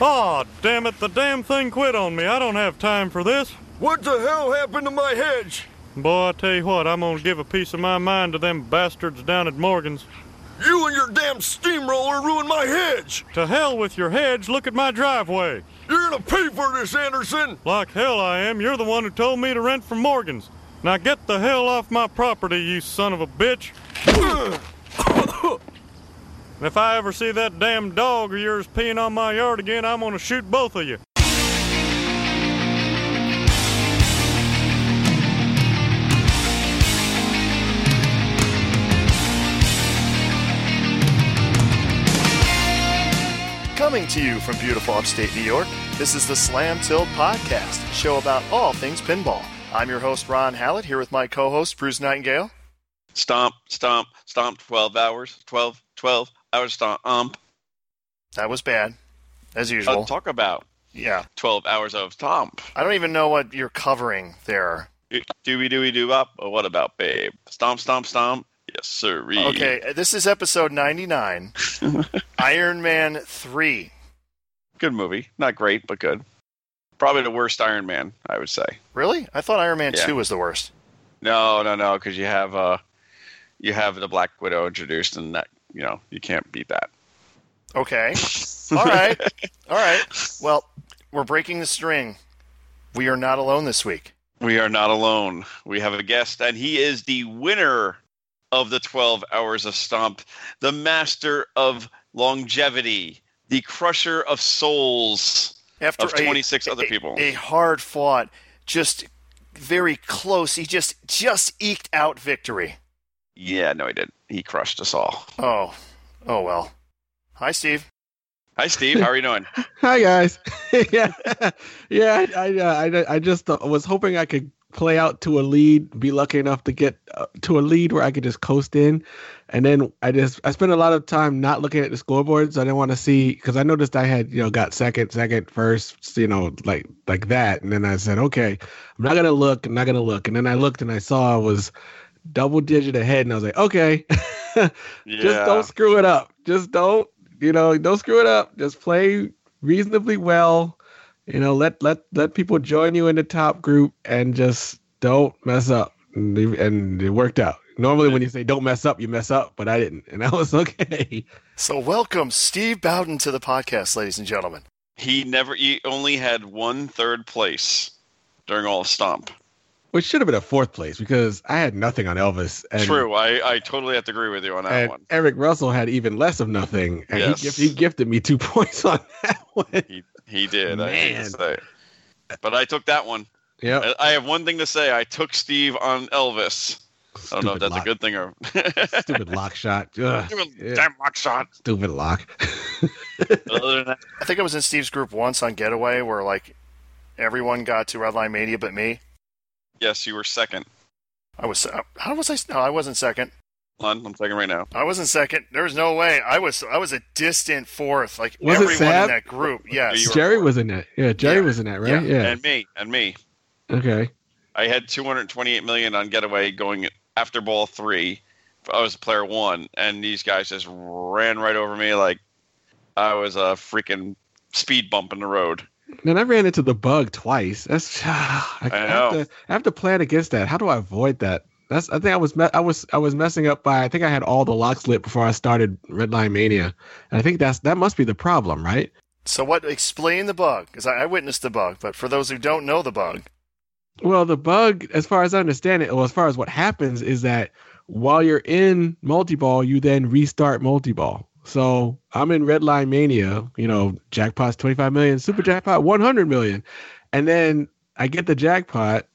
Aw, damn it, the damn thing quit on me. I don't have time for this. What the hell happened to my hedge? Boy, I tell you what, I'm gonna give a piece of my mind to them bastards down at Morgan's. You and your damn steamroller ruined my hedge. To hell with your hedge, look at my driveway. You're gonna pay for this, Anderson. Like hell I am, you're the one who told me to rent from Morgan's. Now get the hell off my property, you son of a bitch. And if I ever see that damn dog of yours peeing on my yard again, I'm gonna shoot both of you. Coming to you from beautiful upstate New York, this is the Slam Tilt Podcast, a show about all things pinball. I'm your host, Ron Hallett, here with my co host, Bruce Nightingale. Stomp, stomp, stomp, 12 hours, 12, 12 hours, stomp. Um, That was bad, as I'll usual. Uh, talk about yeah. 12 hours of stomp. I don't even know what you're covering there. Dooby dooby doo up. Or what about, babe? Stomp, stomp, stomp. Yes, sir. Okay, this is episode 99 Iron Man 3. Good movie. Not great, but good. Probably the worst Iron Man, I would say. Really? I thought Iron Man Yeah. 2 was the worst. No, no, no, because you have uh, you have the Black Widow introduced, and that you know you can't beat that. Okay. All right. All right. Well, we're breaking the string. We are not alone this week. We are not alone. We have a guest, and he is the winner of the 12 hours of Stomp, the master of longevity, the crusher of souls After of a- 26 other people. a hard fought, just very close. He just just eked out victory. yeah, no, he did. He crushed us all. Oh, oh well. Hi, Steve. Hi, Steve. How are you doing? Hi guys. yeah, yeah. I I, uh, I, I just uh, was hoping I could play out to a lead, be lucky enough to get uh, to a lead where I could just coast in, and then I just I spent a lot of time not looking at the scoreboard, so I didn't want to see because I noticed I had you know got second, second, first, you know like like that, and then I said okay, I'm not gonna look, I'm not gonna look, and then I looked and I saw I was double digit ahead, and I was like okay. Yeah. Just don't screw it up. Just don't, you know, don't screw it up. Just play reasonably well. You know, let let let people join you in the top group and just don't mess up. And, they- and it worked out. Normally, when you say don't mess up, you mess up, but I didn't, and I was okay. So welcome, Steve Bowden, to the podcast, ladies and gentlemen. He never. He only had one third place during all of Stomp. Which should have been a fourth place because I had nothing on Elvis. And, True. I, I totally have to agree with you on that And one. Eric Russell had even less of nothing, and Yes. he, gif- he gifted me two points on that one. He he did. I hate to Man. say. But I took that one. Yep. I- I have one thing to say. I took Steve on Elvis. I don't know if Stupid that's a lock- good thing or stupid lock shot. Ugh. Yeah. damn lock shot. stupid lock. But other than that, I think I was in Steve's group once on Getaway, where like everyone got to Redline Media but me. yes, you were second. I was uh, how was I? No, I wasn't second. Hold on, I'm second right now. I wasn't second. There's no way. I was I was a distant fourth. Like Was it everyone in Sab? that group. Yes. You were Jerry fourth. was in that. Yeah, Jerry Yeah. was in that, right? Yeah. Yeah. And me, and me. Okay. I had 228 million on getaway going after ball three. I was player one, and these guys just ran right over me like I was a freaking speed bump in the road. Then I ran into the bug twice. That's I, have know. to I have to plan against that. How do I avoid that? That's I think I was me- I was I was messing up by I think I had all the locks lit before I started Red Line Mania. And I think that's that must be the problem, right? So what? Explain the bug, because I, I witnessed the bug. But for those who don't know the bug, Well, the bug, as far as I understand it, well, as far as what happens is that while you're in multi-ball, you then restart multi-ball. So I'm in red line mania, you know, jackpot's 25 million, super jackpot 100 million. And then I get the jackpot,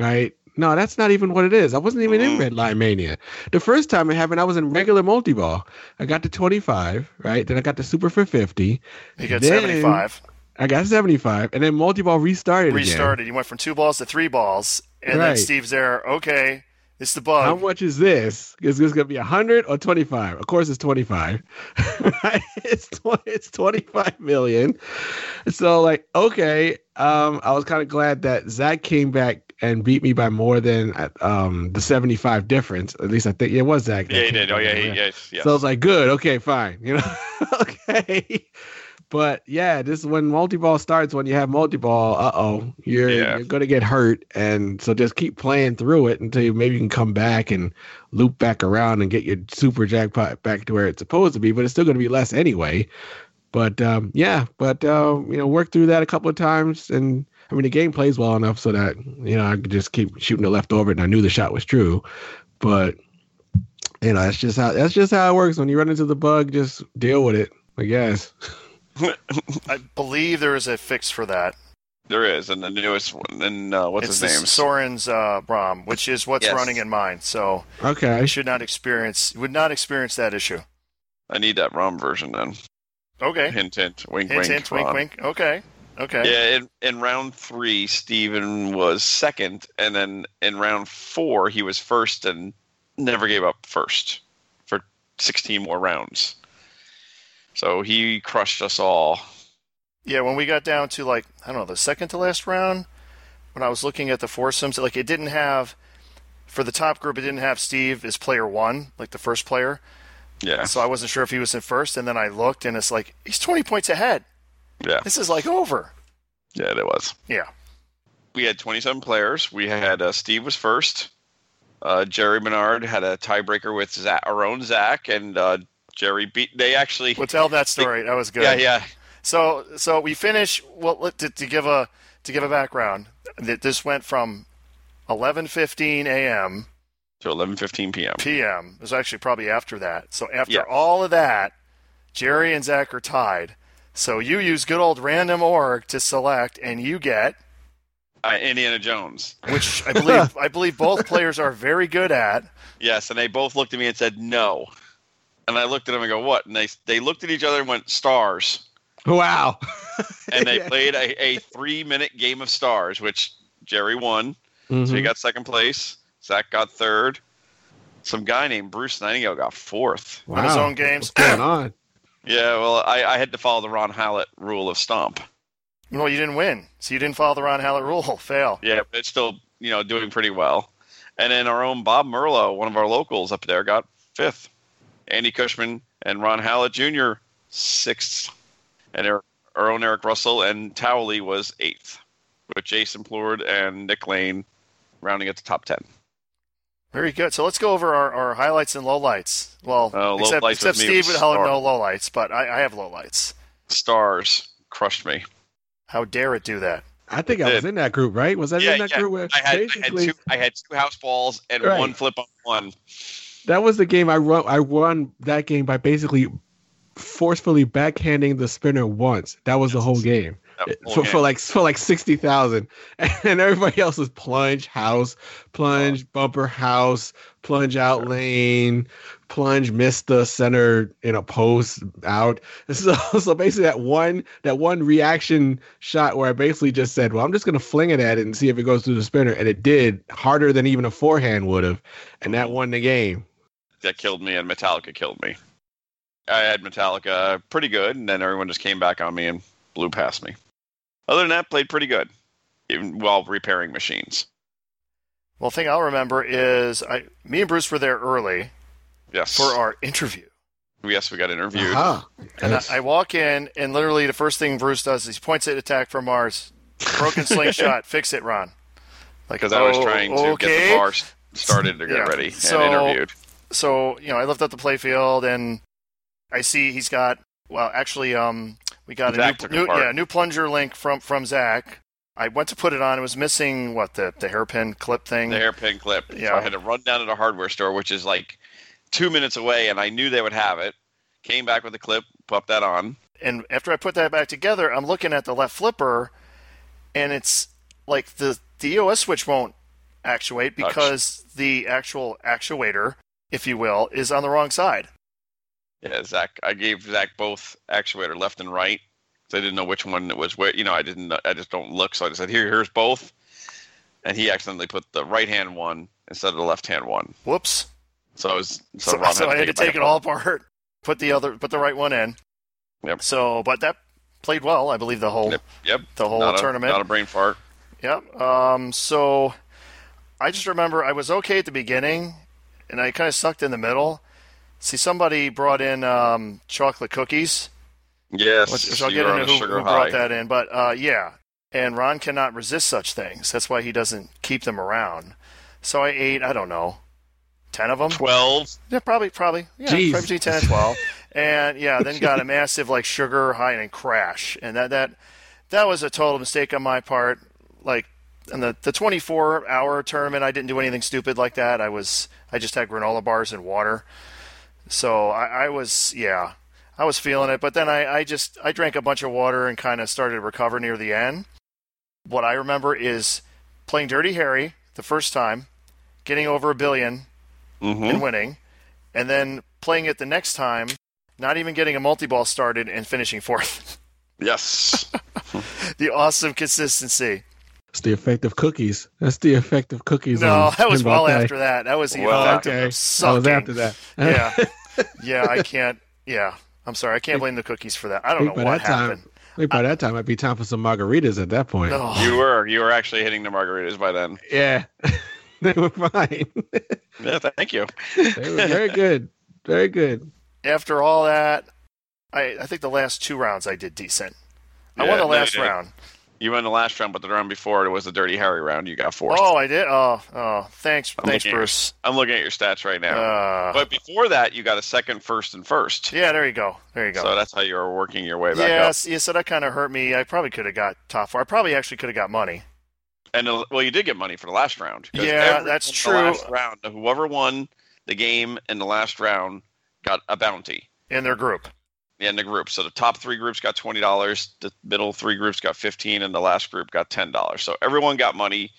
right? No, that's not even what it is. I wasn't even Mm. in red line mania. The first time it happened, I was in regular multi-ball. I got to 25, right? Then I got the super for 50. you got Then- 75. I got 75, and then multi-ball restarted. again. restarted. You went from two balls to three balls, and then Right. Steve's there. Okay, it's the How bug. much is this? Is this going to be 100 or 25? Of course, it's 25. right? It's, tw- it's 25 million. So, like, okay. Um, I was kind of glad that Zach came back and beat me by more than uh, um, the 75 difference. At least I think it was Zach. that Yeah, he came did. Oh back. yeah, he, yes, yes. So I was like, good. Okay, fine. You know, okay. But yeah, this when multi ball starts, when you have multi ball, uh oh, you're Yeah. you're gonna get hurt, and so just keep playing through it until you, maybe you can come back and loop back around and get your super jackpot back to where it's supposed to be. But it's still gonna be less anyway. But um, yeah, but uh, you know, work through that a couple of times, and I mean the game plays well enough so that you know I could just keep shooting the left over, it and I knew the shot was true. But you know that's just how that's just how it works. When you run into the bug, just deal with it. I guess. I believe there is a fix for that. There is, and the newest one, and uh, what's it's his name? the Soren's uh, Brom, which is what's Yes. running in mine. So Okay. I should not experience would not experience that issue. I need that ROM version then. Okay. Hint, hint, wink, Hint, wink, hint, wink, Ron. wink. Okay. Okay. Yeah, in, in round three, Steven was second, and then in round four, he was first and never gave up first for 16 more rounds. So he crushed us all. Yeah, when we got down to like I don't know the second to last round, when I was looking at the foursomes, like it didn't have for the top group, it didn't have Steve as player one, like the first player. Yeah, So I wasn't sure if he was in first, and then I looked, and it's like he's twenty points ahead. yeah, This is like over. yeah, that was. Yeah. We had 27 players. We had uh, Steve was first. Uh, Jerry Menard had a tiebreaker with Zach, our own Zach, and uh, Jerry beat. They actually. Well, tell that story. That was good. yeah, yeah. So so we finish. Well, let- to, to give a to give a background, th- this went from eleven fifteen a.m. To 11:15 p.m. p.m. It was actually probably after that. So after Yeah. all of that, Jerry and Zach are tied. So you use good old random org to select, and you get, Uh, Indiana Jones. which I believe I believe both players are very good at. Yes, and they both looked at me and said no. And I looked at them and go, "What?" And they they looked at each other and went, "Stars." Wow. And they Yeah. played a, a three minute game of stars, which Jerry won, so he Mhm. got second place. Zach got third. Some guy named Bruce Nightingale got fourth. wow. on his own games. What's going on? Yeah, well, I, I had to follow the Ron Hallett rule of stomp. No, you didn't win, so you didn't follow the Ron Hallett rule. Fail. Yeah, but it's still you know doing pretty well. And then our own Bob Merlo, one of our locals up there, got fifth. Andy Cushman and Ron Hallett Jr. sixth, and our, our own Eric Russell and Towley was eighth, with Jason Plord and Nick Lane rounding at the top ten. Very good. So let's go over our, our highlights and lowlights. Well, Uh, low except, lights except with me Steve was would have star. no lowlights, but I, I have lowlights. Stars crushed me. How dare it do that? I think I was in that group, right? Was I in that group? Where I had, I had basically, two. I had two house balls and Right. one flip on one. that was the game I won. I won that game by basically forcefully backhanding the spinner once. That was the whole game. That whole for, for game. like for like sixty thousand, and everybody else was plunge house, plunge bumper house, plunge out lane, plunge missed the center in a post out. So so basically that one that one reaction shot where I basically just said, well, I'm just gonna fling it at it and see if it goes through the spinner, and it did harder than even a forehand would have, and that won the game. that killed me, and Metallica killed me. I had Metallica pretty good, and then everyone just came back on me and blew past me. Other than that, played pretty good, even while repairing machines. Well, the thing I'll remember is I, me and Bruce were there early Yes, for our Uh-huh. interview. yes, we got interviewed. Ah, And I, yes. I walk in, and literally the first thing Bruce does is he points at attack from Mars. Broken slingshot, fix it, Ron. Like, Because I was "Oh, trying to get okay." the bar s- started to get Yeah, ready so- and interviewed. So you know, I left up the playfield, and I see he's got. Well, actually, um, we got Zach a took new, new apart. yeah new plunger link from from Zach. I went to put it on. It was missing what the the hairpin clip thing. The hairpin clip. So Mm. Yeah. I had to run down to the hardware store, which is like two minutes away, and I knew they would have it. Came back with the clip, popped that on. and after I put that back together, I'm looking at the left flipper, and it's like the the EOS switch won't actuate Touch. because the actual actuator, if you will, is on the wrong side. Yeah, Zach. I gave Zach both actuator left and right. 'cause I didn't know which one it was where. You know, I didn't. I just don't look, so I just said, "Here, here's both." And he accidentally put the right hand one instead of the left hand one. Whoops! So I was so, So, Ron so I had to back take it all apart, put the other, put the right one in. Yep. So, but that played well, I believe the whole Yep. Yep. the whole Not a, tournament. Not a brain fart. Yep. Um, so I just remember I was okay at the beginning, and I kind of sucked in the middle. See, somebody brought in um, chocolate cookies, Yes. Which, which I'll you're get on into a who, sugar who high. brought that in, but uh, yeah. And Ron cannot resist such things. That's why he doesn't keep them around. So I ate, I don't know, ten of them. Twelve. Yeah, probably, probably. Yeah, Jeez. probably between ten and twelve. and yeah, then got a massive like sugar high and crash, and that that that was a total mistake on my part. Like in the the 24 hour tournament, I didn't do anything stupid like that. I was I just had granola bars and water. So I, I was yeah, I was feeling it. But then I I just I drank a bunch of water and kind of started to recover near the end. What I remember is playing Dirty Harry the first time, getting over a billion Mm-hmm. and winning, and then playing it the next time, not even getting a multi ball started and finishing fourth. Yes. the awesome consistency. It's the effect of cookies. That's the effect of cookies. No, on that was pinball well play. after that. That was even Well, Oh, after okay. I was sucking. after that. yeah, yeah. I can't. Yeah, I'm sorry. I can't blame the cookies for that. I I don't think know by what that time, happened. I think by that time, it'd be time for some margaritas at that point. No. you were. You were actually hitting the margaritas by then. Yeah, they were fine. Yeah. Thank you. they were very good. Very good. After all that, I I think the last two rounds I did decent. I won Yeah, the no, you last didn't. round. You won the last round, but the round before it was the Dirty Harry round. You got forced. Oh, I did. Oh, oh. Thanks, I'm thanks, looking at- Bruce. I'm looking at your stats right now. Uh, but before that, you got a second, first, and first. yeah, there you go. There you go. So that's how you were working your way back Yes, yeah, so that kind of hurt me. I probably could have got top four. I probably actually could have got money. up. And uh, well, you did get money for the last round. 'cause Yeah, every- that's in the true. last round, whoever won the game in the last round got a bounty in their group. in the group. So the top three groups got twenty dollars. The middle three groups got fifteen, and the last group got ten dollars. So everyone got money,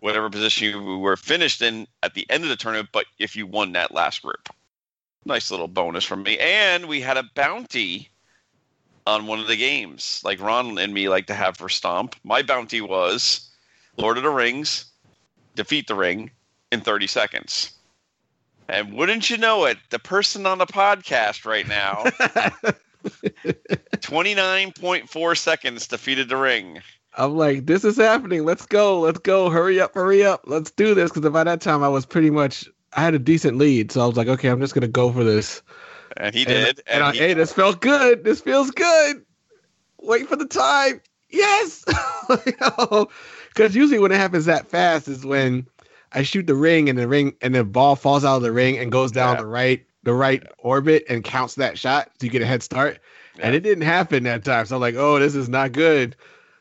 whatever position you were finished in at the end of the tournament. But if you won that last group, nice little bonus from me. And we had a bounty on one of the games. Like Ron and me like to have for Stomp. My bounty was Lord of the Rings, defeat the ring in thirty seconds. And wouldn't you know it, the person on the podcast right now 29.4 seconds defeated the ring. I'm like, this is happening. Let's go. Let's go. Hurry up. Hurry up. Let's do this. Because by that time, I was pretty much, I had a decent lead. So I was like, okay, I'm just going to go for this. And he and, did. And, I, he- hey, this felt good. This feels good. Wait for the time. Yes. Because usually when it happens that fast is when I shoot the ring and the ring and the ball falls out of the ring and goes down Yeah. the right the right orbit and counts that shot so you get a head start. And Yeah. it didn't happen that time. So I'm like, oh, this is not good.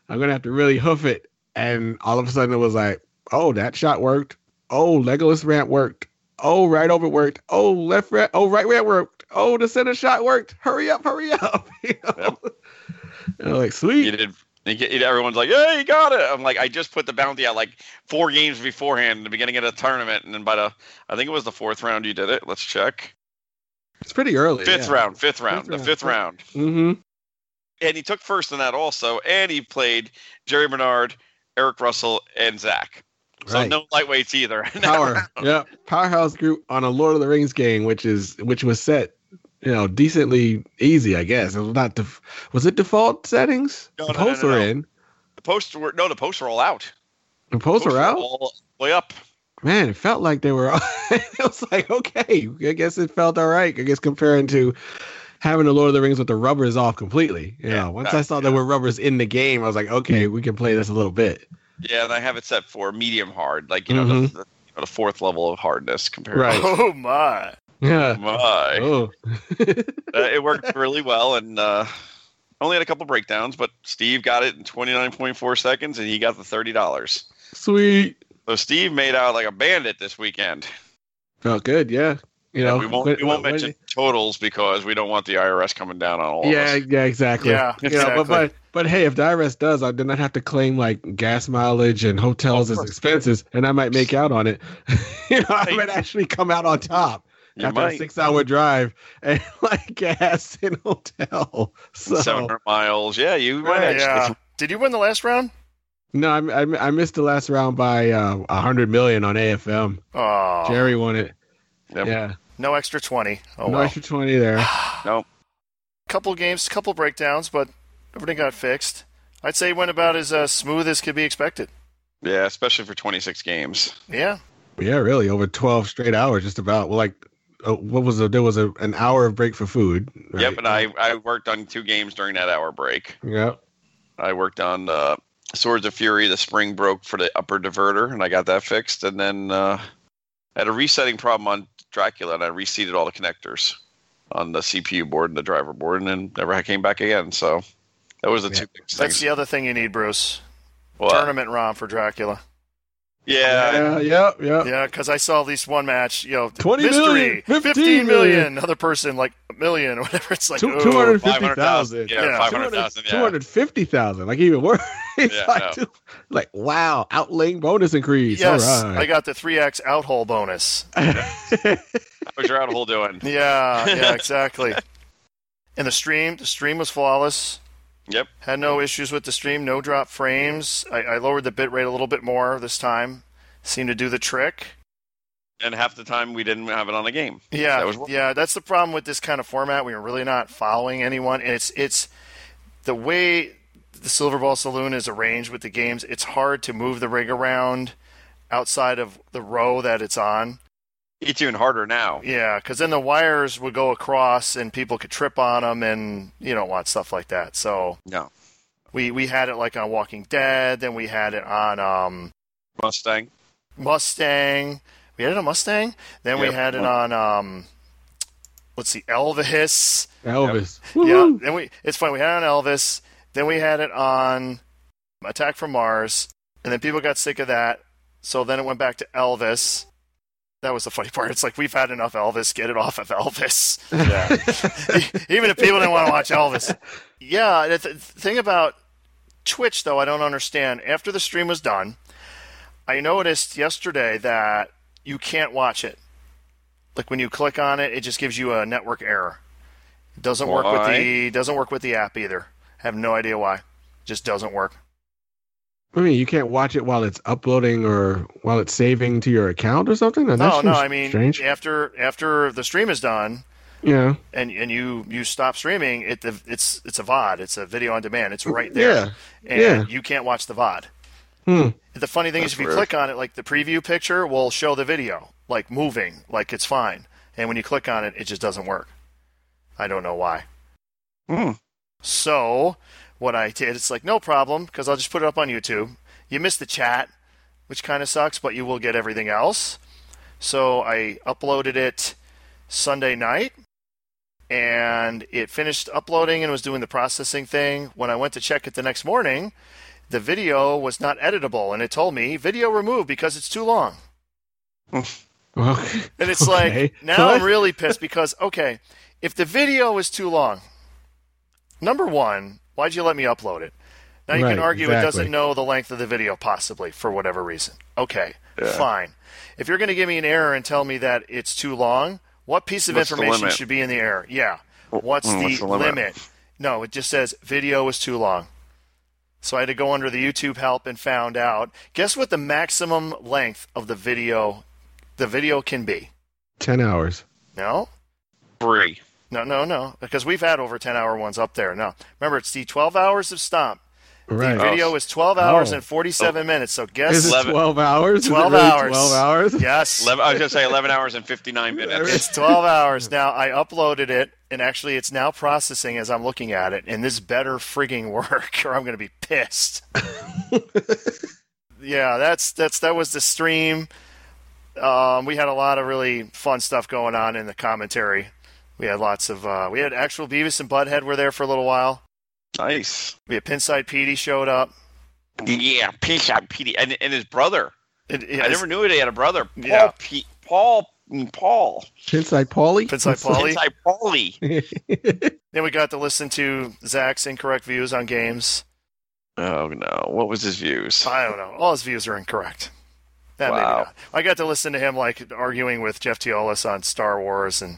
I'm gonna have to really hoof it. And all of a sudden it was like, oh, that shot worked. Oh, Legolas ramp worked. Oh, right over worked. Oh, left right. Oh, right right worked. Oh, the center shot worked. Hurry up, hurry up. you know? And I'm like, you sweet. did. you get- you- Everyone's like, "Yeah, you got it." I'm like, I just put the bounty out like four games beforehand, in the beginning of the tournament, and then by the, I think it was the fourth round you did it. Let's check. It's pretty early. Fifth round, fifth round, Fifth the round, fifth fifth- round, Mm-hmm. and he took first in that also, and he played Jerry Bernard, Eric Russell, and Zach. So Right. no lightweights either. in that round. Power. yeah. Powerhouse group on a Lord of the Rings game, which is which was set, you know, decently easy, I guess. It was not def- was it default settings? No, the no, no, posts no, were no. in. The posts were no, the posts were all out. The posts were out? all way up. Man, it felt like they were. it was like, okay, I guess it felt all right. I guess comparing to having the Lord of the Rings with the rubbers off completely. You Yeah, know, once I that's- saw there were rubbers in the game, I was like, okay, we can play this a little bit. Yeah, and I have it set for medium hard, like you know, Mhm. the, the, you know, the fourth level of hardness compared. Right. Oh my! Yeah. To my, Oh, Uh, it worked really well, and uh, only had a couple breakdowns, but Steve got it in twenty nine point four seconds, and he got the thirty dollars. sweet. So Steve made out like a bandit this weekend. Felt good. Yeah. You And know, we won't when- we won't when- mention totals because we don't want the IRS coming down on all yeah, of us. yeah, exactly. Yeah, You know, exactly. but, but but hey, if the IRS does, I then I'd have to claim like gas mileage and hotels as expenses, and I might make out on it. you know, I might actually come out on top. You after a might six hour drive and like gas and hotel. So seven hundred miles. Yeah, you might Right, actually. Yeah. Did you win the last round? no, I, I, I missed the last round by uh, a hundred million on AFM. Oh, Jerry won it. Yep. Yeah, no extra twenty. Oh no well. extra twenty there. Couple games, couple breakdowns, but everything got fixed. I'd say it went about as uh, smooth as could be expected. Yeah, especially for twenty six games. Yeah, Yeah, really over twelve straight hours, just about. Well, like uh, what was the, there was a, an hour of break for food. Yep, and I, I worked on two games during that hour break. Yep. I worked on uh, Swords of Fury. The spring broke for the upper diverter, and I got that fixed. And then uh, I had a resetting problem on Dracula, and I reseated all the connectors on the CPU board and the driver board, and then never came back again. So that was the Yeah. two biggest That's things. the other thing you need, Bruce. Well, uh, Tournament ROM for Dracula. yeah, Yeah, yep, yep. Yeah, because I saw at least one match. You know, 20 mystery, Oh. million, 15 15 million. million. Another person like a million or whatever. It's like Two- ooh. 200 500,000. Yeah, Yeah. 500,000. Yeah. 250,000, like even worse. it's Yeah, like, no. two- like, wow, outlaying bonus increase. Yes, All I right. got the three X outhole bonus. What was your out hole doing? Yeah, yeah, exactly. and the stream, the stream was flawless. Yep. Had no issues with the stream. No drop frames. I, I lowered the bit rate a little bit more this time. Seemed to do the trick. And half the time we didn't have it on the game. Yeah, That was- yeah, that's the problem with this kind of format. We're really not following anyone. And It's it's the way the Silver Ball Saloon is arranged with the games. It's hard to move the rig around outside of the row that it's on. It's even harder now. Yeah, because then the wires would go across and people could trip on them, and you don't want stuff like that. So No. we we had it like on Walking Dead, then we had it on um, Mustang. Mustang. We had it on Mustang. Then we Yep. had it on um, let's see, Elvis. Elvis. Yeah. Woo-hoo. Then we it's funny, we had it on Elvis, then we had it on Attack from Mars, and then people got sick of that. So then it went back to Elvis. That was the funny part. It's like we've had enough Elvis, get it off of Elvis. E-, Even if people didn't want to watch Elvis. Yeah, the th- thing about Twitch though, I don't understand. After the stream was done, I noticed yesterday that you can't watch it. Like when you click on it, it just gives you a network error. It doesn't work with the doesn't work with the app either. I have no idea why. Just doesn't work. I mean, you can't watch it while it's uploading or while it's saving to your account or something? That No, no. seems I mean, strange. after after the stream is done Yeah. and and you you stop streaming, it it's it's a VOD. It's a video on demand. It's right Yeah. there, and yeah. you can't watch the VOD. Hmm. The funny thing is, That's if you weird. click on it, like the preview picture will show the video, like moving, like it's fine. And when you click on it, it just doesn't work. I don't know why. Hmm. So what I did, it's like no problem because I'll just put it up on YouTube. You missed the chat, which kind of sucks, but you will get everything else. So I uploaded it Sunday night, and it finished uploading and was doing the processing thing. When I went to check it the next morning, the video was not editable, and it told me video removed because it's too long. Well, And it's okay. like now I'm What? really pissed because okay, if the video is too long, number one, why'd you let me upload it? Now you can Right, argue it doesn't exactly. know the length of the video possibly for whatever reason. Okay, Yeah. fine. If you're going to give me an error and tell me that it's too long, what piece of What's the information limit? should be in the error? Yeah, what's, mm, the, what's the limit? limit? No, it just says video is too long. So I had to go under the YouTube help and found out. Guess what the maximum length of the video the video can be? 10 hours. No, Free. no, no, no. Because we've had over 10 hour ones up there. No. Remember, it's the 12 hours of stomp. The Right. Oh. video is 12 hours Oh. and 47 minutes. So Is guess. it 11 12 hours? Is it 12 really hours. 12 hours? Yes. 11, I was going to say 11 hours and 59 minutes. It's 12 hours. Now, I uploaded it, and actually, it's now processing as I'm looking at it. And this better frigging work, or I'm going to be pissed. yeah, that's that's that was the stream. Um, we had a lot of really fun stuff going on in the commentary. We had lots of. Uh, we had actual Beavis and Butthead were there for a little while. Nice. We had Pinside Petey showed up. Yeah, peace out, Petey. And, and his brother. It, it- I never knew he had a brother. Paul. Yeah. Pe- Paul. mm, Paul. Pinside Paulie? Pinside Paulie. Inside Paulie. Then we got to listen to Zach's incorrect views on games. Oh no! What was his views? I don't know. All his views are incorrect. That maybe Wow. not. I got to listen to him like arguing with Jeff Teolis on Star Wars, and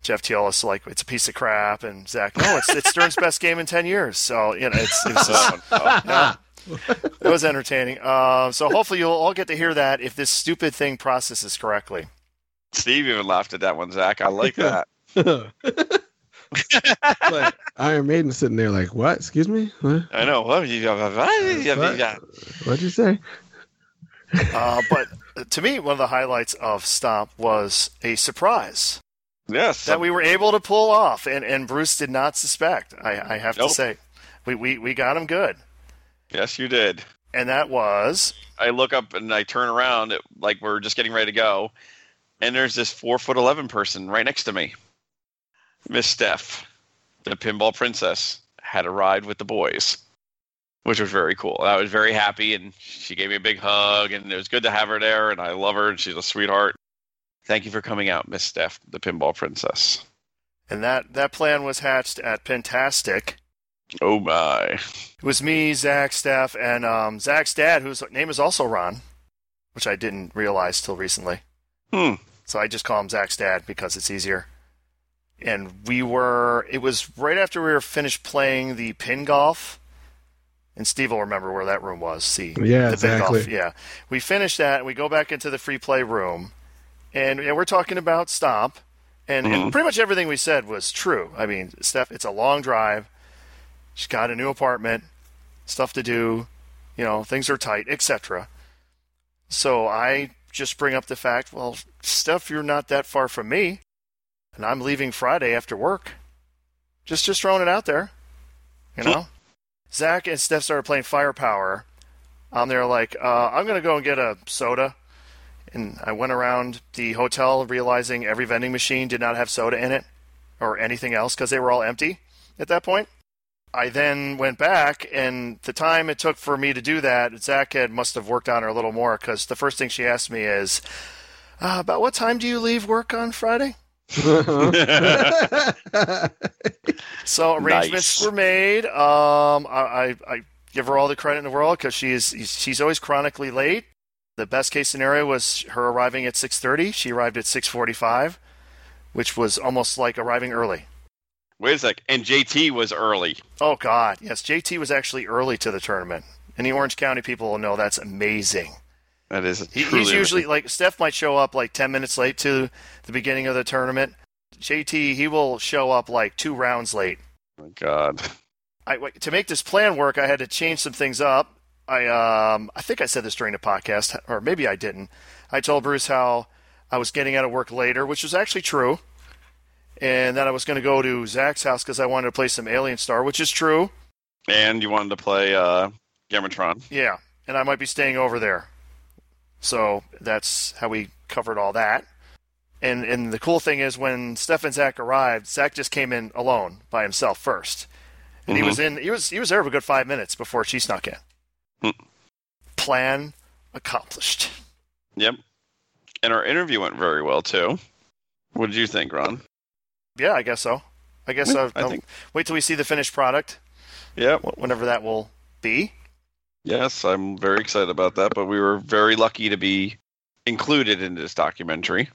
Jeff Teolis like it's a piece of crap, and Zach, no, it's it's Stern's best game in ten years. So you know, it's, it's Oh, no. yeah. it was entertaining. Uh, so hopefully you'll all get to hear that if this stupid thing processes correctly. Steve even laughed at that one, Zach. I like that. Like, Iron Maiden sitting there like, what? Excuse me? What? I know. What? You- What? What'd you say? Uh, but to me, one of the highlights of Stomp was a surprise. Yes. that we were able to pull off, and, and Bruce did not suspect. I, I have Nope. to say, we, we we got him good, yes, you did. and that was I look up and I turn around, it- like we're just getting ready to go, and there's this four foot eleven person right next to me. Miss Steph, the pinball princess, had arrived with the boys, which was very cool. I was very happy, and she gave me a big hug, and it was good to have her there, and I love her, and she's a sweetheart. Thank you for coming out, Miss Steph, the pinball princess. and that that plan was hatched at Pentastic. Oh my! It was me, Zach, Steph, and um, Zach's dad, whose name is also Ron, which I didn't realize till recently. Hmm. So I just call him Zach's dad because it's easier. And we were, it was right after we were finished playing the pin golf. And Steve will remember where that room was. The, Yeah, the pin golf. exactly. Yeah. We finished that and we go back into the free play room. And, and we're talking about stop. And, and pretty much everything we said was true. I mean, Steph, it's a long drive. She's got a new apartment, stuff to do, you know, things are tight, etc. So I just bring up the fact, well, Steph, you're not that far from me, and I'm leaving Friday after work. Just just throwing it out there, you know. Zach and Steph started playing Firepower. I'm there like, uh, I'm gonna go and get a soda, and I went around the hotel realizing every vending machine did not have soda in it or anything else because they were all empty at that point. I then went back, and the time it took for me to do that, Zach had must have worked on her a little more because the first thing she asked me is, uh, "About what time do you leave work on Friday?" So arrangements Nice. were made. Um, I, I, I give her all the credit in the world because she is she's always chronically late. The best case scenario was her arriving at six thirty. She arrived at six forty-five, which was almost like arriving early. Wait a sec. And JT was early. Oh God, yes. JT was actually early to the tournament. Any Orange County people will know that's amazing. That is He, truly he's usually like Steph might show up like ten minutes late to the beginning of the tournament. JT he will show up like two rounds late. Oh my God. I, wait, to make this plan work, I had to change some things up. I um, I think I said this during the podcast, or maybe I didn't. I told Bruce how I was getting out of work later, which was actually true, and then I was going to go to Zach's house because I wanted to play some Alien Star, which is true. And you wanted to play uh, Gamatron. Yeah, and I might be staying over there. So that's how we covered all that. And and the cool thing is when Steph and Zach arrived, Zach just came in alone by himself first. And Mm-hmm. he was in he was he was there for a good five minutes before she snuck in. Hmm. Plan accomplished. Yep. And our interview went very well too. What did you think, Ron? Yeah, I guess so. I guess Yeah, I'll, I I'll think- wait till we see the finished product, Yep. wh- whenever that will be. Yes, I'm very excited about that. But we were very lucky to be included in this documentary.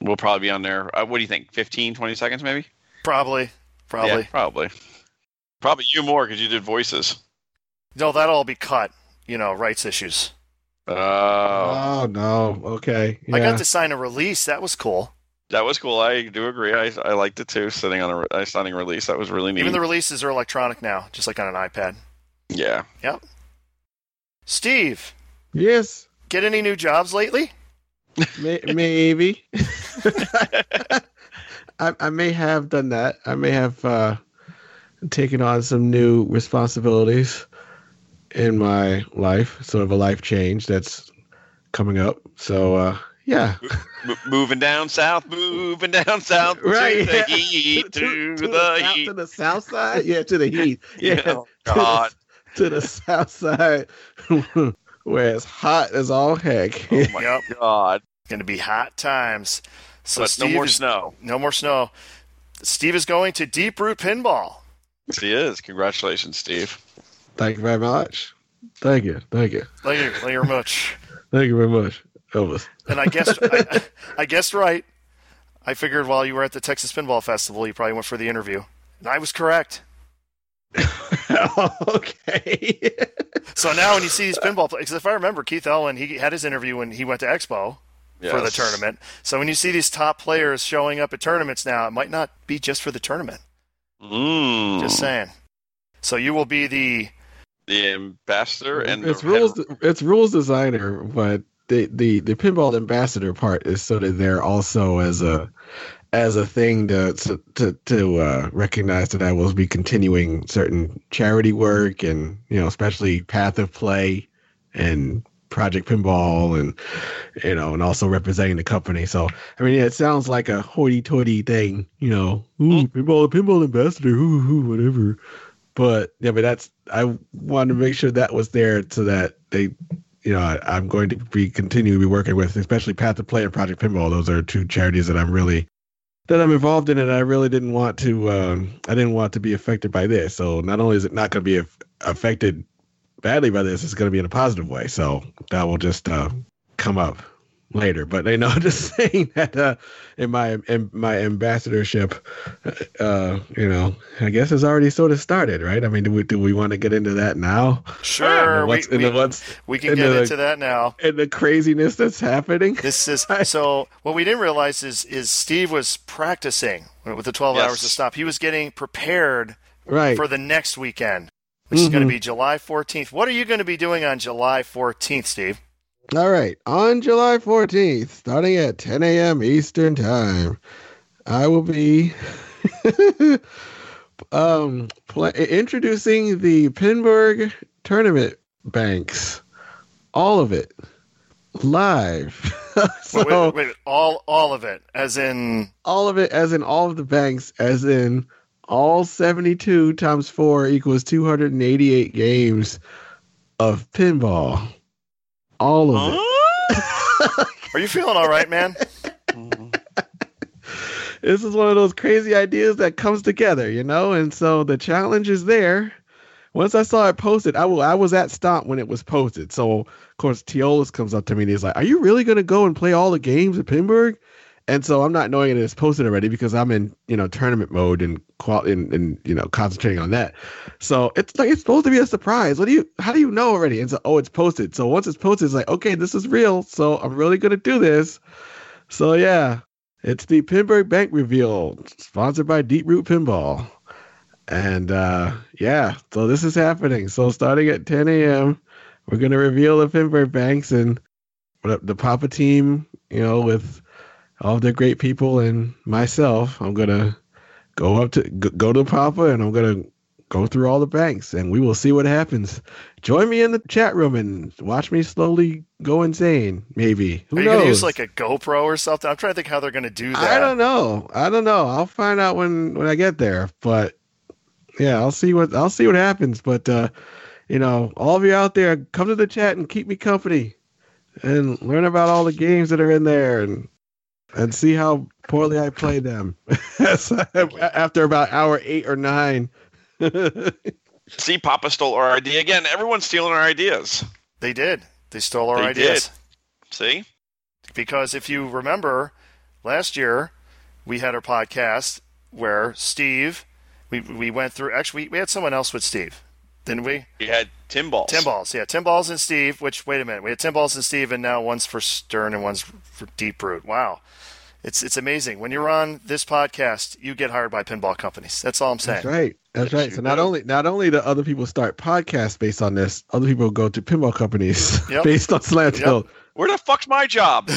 We'll probably be on there. Uh, what do you think? 15, 20 seconds, maybe? Probably, probably. Yeah, probably. Probably you more because you did voices. No, that'll all be cut. You know, rights issues. Oh, Uh-huh. oh no. Okay. Yeah. I got to sign a release. That was cool. that was cool. I do agree. I, I liked it too. Sitting on a re- uh, signing release, that was really neat. Even the releases are electronic now, just like on an iPad. yeah. Yep. Steve, Yes. get any new jobs lately? May- maybe. I, I may have done that. I may have uh, taken on some new responsibilities in my life, sort of a life change that's coming up. So, uh, yeah. Mo- moving down south, moving down south, Right, To the yeah. heat, to, the, the south, heat. to the south side? Yeah, to the heat. Yeah. Oh, God. To the, to the south side where it's hot as all heck. Oh my Yep. God! Going to be hot times. So but no Steve more is, snow. No more snow. Steve is going to Deep Root Pinball. He is. Congratulations, Steve. Thank you very much. Thank you. Thank you. Thank you, thank you very much. Thank you very much, Elvis. And I guessed, I, I guessed right. I figured while you were at the Texas Pinball Festival, you probably went for the interview, and I was correct. okay. So now when you see these pinball, because if I remember, Keith Elwin, he had his interview when he went to Expo. for the Yes. tournament. So when you see these top players showing up at tournaments now, it might not be just for the tournament. Mm. Just saying. So you will be the the ambassador and it's the rules. head- It's rules designer, but the, the the pinball ambassador part is sort of there also as a as a thing to to to, to uh, recognize that I will be continuing certain charity work and you know especially Path of Play and Project Pinball and you know and also representing the company. So I mean, yeah, it sounds like a hoity-toity thing, you know, ooh, pinball pinball ambassador, ooh, ooh whatever. But yeah, but that's I wanted to make sure that was there so that they you know, I, am going to be continue to be working with, especially Path to Play and Project Pinball. Those are two charities that I'm really that I'm involved in, and I really didn't want to. Um, I didn't want to be affected by this. So not only is it not going to be aff- affected badly by this, it's going to be in a positive way. So that will just uh, come up later. But you know, just saying that uh, in my in my ambassadorship, uh, you know, I guess it's already sort of started, right? I mean, do we do we want to get into that now? Sure, we, What's in the we, what's we can in get the- into that now. and the craziness that's happening. This is so. What we didn't realize is is Steve was practicing with the 12 Yes. hours to stop. He was getting prepared Right. for the next weekend, which is going Mm-hmm. to be July 14th. What are you going to be doing on July 14th, Steve? All right. On July 14th, starting at 10 a.m. Eastern Time, I will be um, pla introducing the Pinburg Tournament Banks, all of it, live. so, Wait, wait, wait, all all of it, as in all of it as in all of the banks as in all 72 times 4 equals 288 games of pinball all of Are you feeling all right, man? it this is one of those crazy ideas that comes together you know and so the challenge is there once I saw it posted, I will. I was at Stomp when it was posted. So of course, Teolis comes up to me and he's like, "Are you really gonna go and play all the games at Pinburg?" And so I'm not knowing that it's posted already because I'm in you know tournament mode and qual and, and you know concentrating on that. So it's like it's supposed to be a surprise. What do you? How do you know already? And so oh, it's posted. So once it's posted, it's like okay, this is real. So I'm really gonna do this. So yeah, it's the Pinburg Bank reveal, sponsored by Deep Root Pinball. And uh, yeah, so this is happening. So starting at 10 a.m., we're gonna reveal the Finbird Banks and the the Papa team. You know, with all the great people and myself, I'm gonna go up to g- go to Papa and I'm gonna go through all the banks and we will see what happens. Join me in the chat room and watch me slowly go insane. Maybe who Are you knows? going to use like a GoPro or something? I'm trying to think how they're going to do that. I don't know. I don't know. I'll find out when when I get there. But yeah, I'll see what I'll see what happens. But uh, you know, all of you out there, come to the chat and keep me company, and learn about all the games that are in there, and and see how poorly I play them. So, After about hour eight or nine. See, Papa stole our idea again. Everyone's stealing our ideas. They did. They stole our They ideas. See? Because if you remember, last year we had our podcast where Steve, we, we went through, actually, we, we had someone else with Steve, didn't we? We had Tim Balls. Tim Balls, yeah, Tim Balls and Steve. Which wait a minute, we had Tim Balls and Steve, and now one's for Stern and one's for Deep Root. Wow, it's it's amazing. When you're on this podcast, you get hired by pinball companies. That's all I'm saying. That's right. That's Yes, right. you So not do. only not only do other people start podcasts based on this, other people go to pinball companies Yep. based on Slam Tilt. Where the fuck's my job?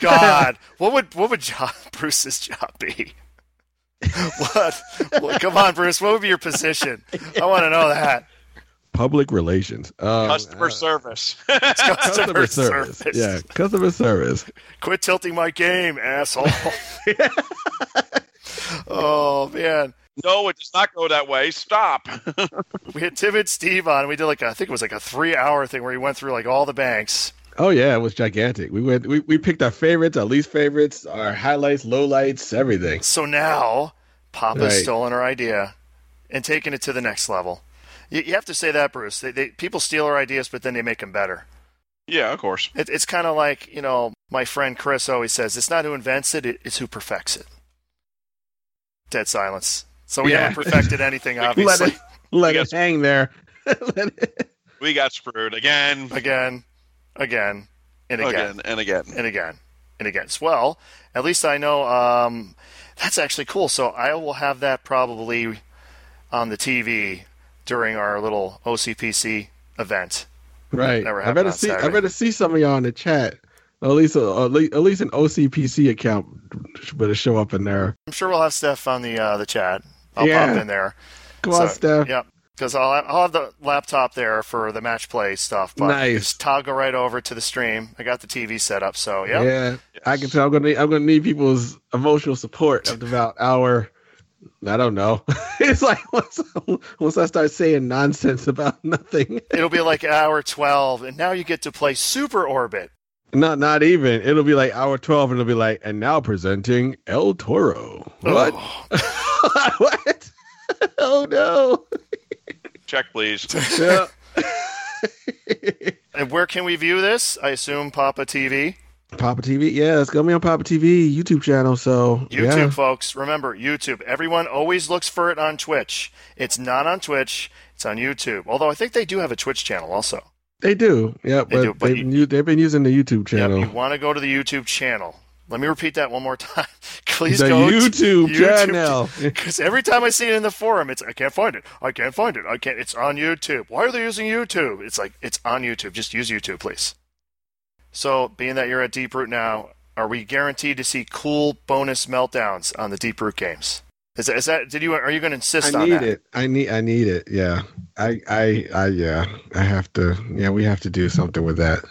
God, what would what would job, Bruce's job be? what? Well, come on, Bruce. What would be your position? I want to know that. public relations um, Customer uh, service. customer service. yeah customer service Quit tilting my game, asshole. oh man. no, it does not go that way. Stop. we had timid Steve on, and we did like a, I think it was like a three-hour thing where he went through like all the banks. oh yeah it was gigantic we went we, we picked our favorites our least favorites our highlights lowlights everything So now Papa's Right. stolen our idea and taken it to the next level. You, you have to say that, Bruce. They, they, people steal our ideas, but then they make them better. yeah, of course. It, it's kind of like you know my friend Chris always says: it's not who invents it, it it's who perfects it. Dead silence. So we Yeah. haven't perfected anything, let obviously. it let Yes. it hang there Let it- We got screwed again, Again, again, and again. again, and again. and again and again. Well, at least I know um, that's actually cool. So I will have that probably on the TV during our little OCPC event. right Never i happened better on see i Saturday. better see some of y'all in the chat At least, a, at least, at least an OCPC account would show up in there. I'm sure we'll have Steph on the uh, the chat. I'll Yeah. pop in there. Come on, So, Steph. Yep. Because I'll, have- I'll have the laptop there for the match play stuff. But Nice. Just toggle right over to the stream. I got the TV set up, so yeah. Yeah, I can tell. I'm gonna need, I'm gonna need people's emotional support of about our. I don't know. it's like once, once I start saying nonsense about nothing, It'll be like hour 12, and now you get to play Super Orbit. not not even. It'll be like hour twelve, and it'll be like, and now presenting El Toro. What? Oh, what? oh no! Check, please. Yeah. And where can we view this? I assume Papa TV. Papa TV, yeah, it's gonna be on Papa TV YouTube channel. So YouTube, yeah. folks. Remember, YouTube. Everyone always looks for it on Twitch. It's not on Twitch, it's on YouTube. Although I think they do have a Twitch channel also. They do. Yeah, They but, do, but they've, you- been, u- they've been using the YouTube channel. Yep, you want to go to the YouTube channel. Let me repeat that one more time. Please the go to YouTube, channel. Because every time I see it in the forum, it's I can't find it. I can't find it. I can't. It's on YouTube. Why are they using YouTube? It's like it's on YouTube. Just use YouTube, please. So, being that you're at Deep Root now, are we guaranteed to see cool bonus meltdowns on the Deep Root games? Is that, is that did you are you going to insist I on need that? it. I need. I need it. Yeah. I. I. I. Yeah. I have to. Yeah. We have to do something with that.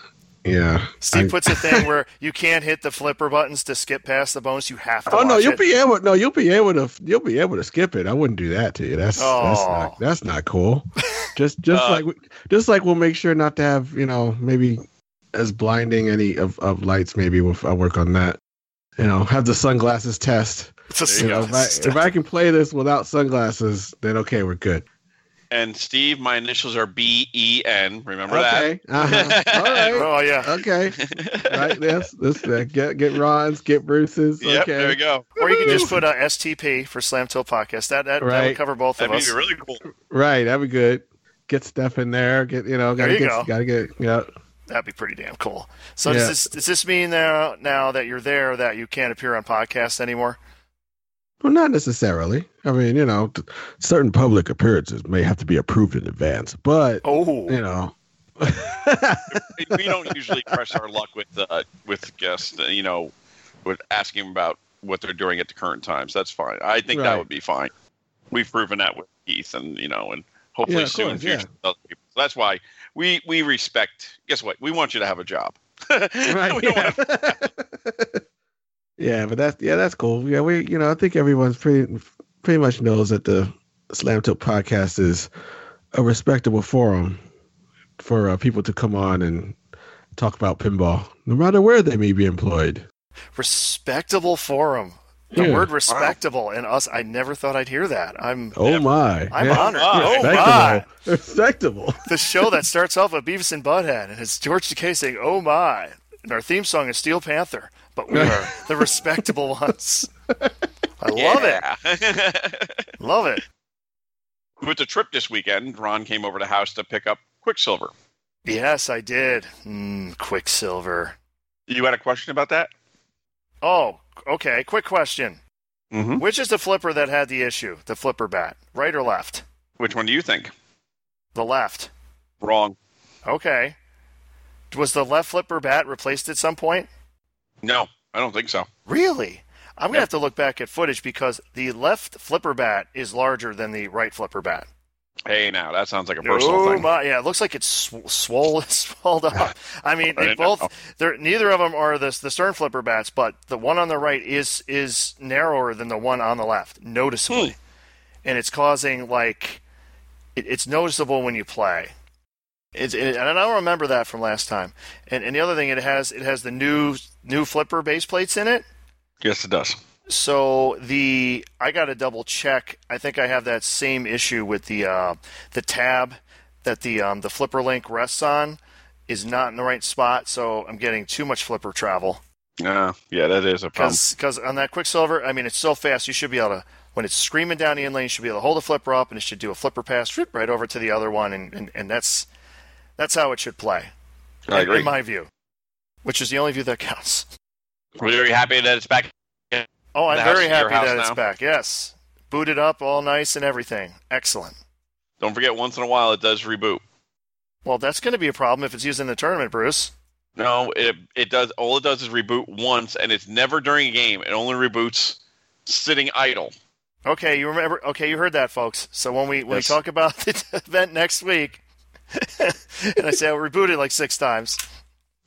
Yeah. Steve I- puts a thing where you can't hit the flipper buttons to skip past the bonus. You have to. Oh no, watch you'll it. be able. No, you'll be able to. You'll be able to skip it. I wouldn't do that to you. That's that's Oh. not that's not cool. just just Uh. like we- just like we'll make sure not to have you know maybe as blinding any of, of lights. Maybe we'll I'll work on that. You know, have the sunglasses test. It's a You know, stupid if, I, step. if I can play this without sunglasses, then okay, we're good. And Steve, my initials are B E N. Remember okay. Uh-huh. All right. Oh yeah. okay. that? Right. Yes. This uh, get get Ron's, get Bruce's. Yep, okay. there we go. Or you can just put uh, a STP for Slam Till Podcast. That that, that Right. would cover both That'd of be us. really cool. Right. That'd be good. Get Steph in there. Get you know. There Gotta you get. go. Gotta get. Yeah. That'd be pretty damn cool. So Yeah. does this does this mean now now that you're there that you can't appear on podcasts anymore? Well, not necessarily. I mean, you know, t- certain public appearances may have to be approved in advance, but Oh, you know. we don't usually press our luck with uh, with guests. uh, You know, with asking about what they're doing at the current times. That's fine. I think Right. that would be fine. We've proven that with Keith, and you know, and hopefully Yeah, of soon in course, future yeah. with other people. So that's why we we respect. Guess what? We want you to have a job. right. we don't yeah. want yeah, but that's yeah, that's cool. Yeah, we you know, I think everyone's pretty pretty much knows that the Slam Tilt podcast is a respectable forum for uh, people to come on and talk about pinball, no matter where they may be employed. respectable forum. The Yeah. word respectable and us. I never thought I'd hear that. I'm Oh my! I'm Yeah. honored. Wow. Oh my! respectable. Respectable. The show that starts off with Beavis and Butthead and it's George Takei saying "Oh my," and our theme song is Steel Panther. But we are the respectable ones. I love it. it. Love it. with the trip this weekend, Ron came over to the house to pick up Quicksilver. Yes, I did. Mm, Quicksilver. You had a question about that? Oh, okay. Quick question. Mm-hmm. Which is the flipper that had the issue? The flipper bat, right or left? Which one do you think? The left. Wrong. Okay. Was the left flipper bat replaced at some point? No, I don't think so. Really? I'm gonna Yep. have to look back at footage because the left flipper bat is larger than the right flipper bat. Hey, now that sounds like a personal oh thing. my! Yeah, it looks like it's sw- swollen, swelled up. I mean, I they didn't know. both. They're, neither of them are the the stern flipper bats, but the one on the right is is narrower than the one on the left, noticeably, Hmm. and it's causing like it, it's noticeable when you play. It's, it, and I don't remember that from last time. And, and the other thing, it has it has the new new flipper base plates in it. Yes, it does. So the I got to double check. I think I have that same issue with the uh, the tab that the um, the flipper link rests on is not in the right spot. So I'm getting too much flipper travel Yeah, yeah, that is a problem. because on that Quicksilver, I mean it's so fast. You should be able to when it's screaming down the in lane, you should be able to hold the flipper up and it should do a flipper pass whoop, right over to the other one, and, and, and that's that's how it should play I in- agree. in my view, which is the only view that counts. We're very happy that it's back. Oh, I'm The house very is your happy that house it's now? back. Yes. Booted up, all nice and everything. Excellent. Don't forget, once in a while, it does reboot. Well, that's going to be a problem if it's used in the tournament, Bruce. No, it it does. All it does is reboot once, and it's never during a game. It only reboots sitting idle. Okay, you remember? Okay, you heard that, folks. So when we when Yes. we talk about the event next week, and I say I reboot it like six times.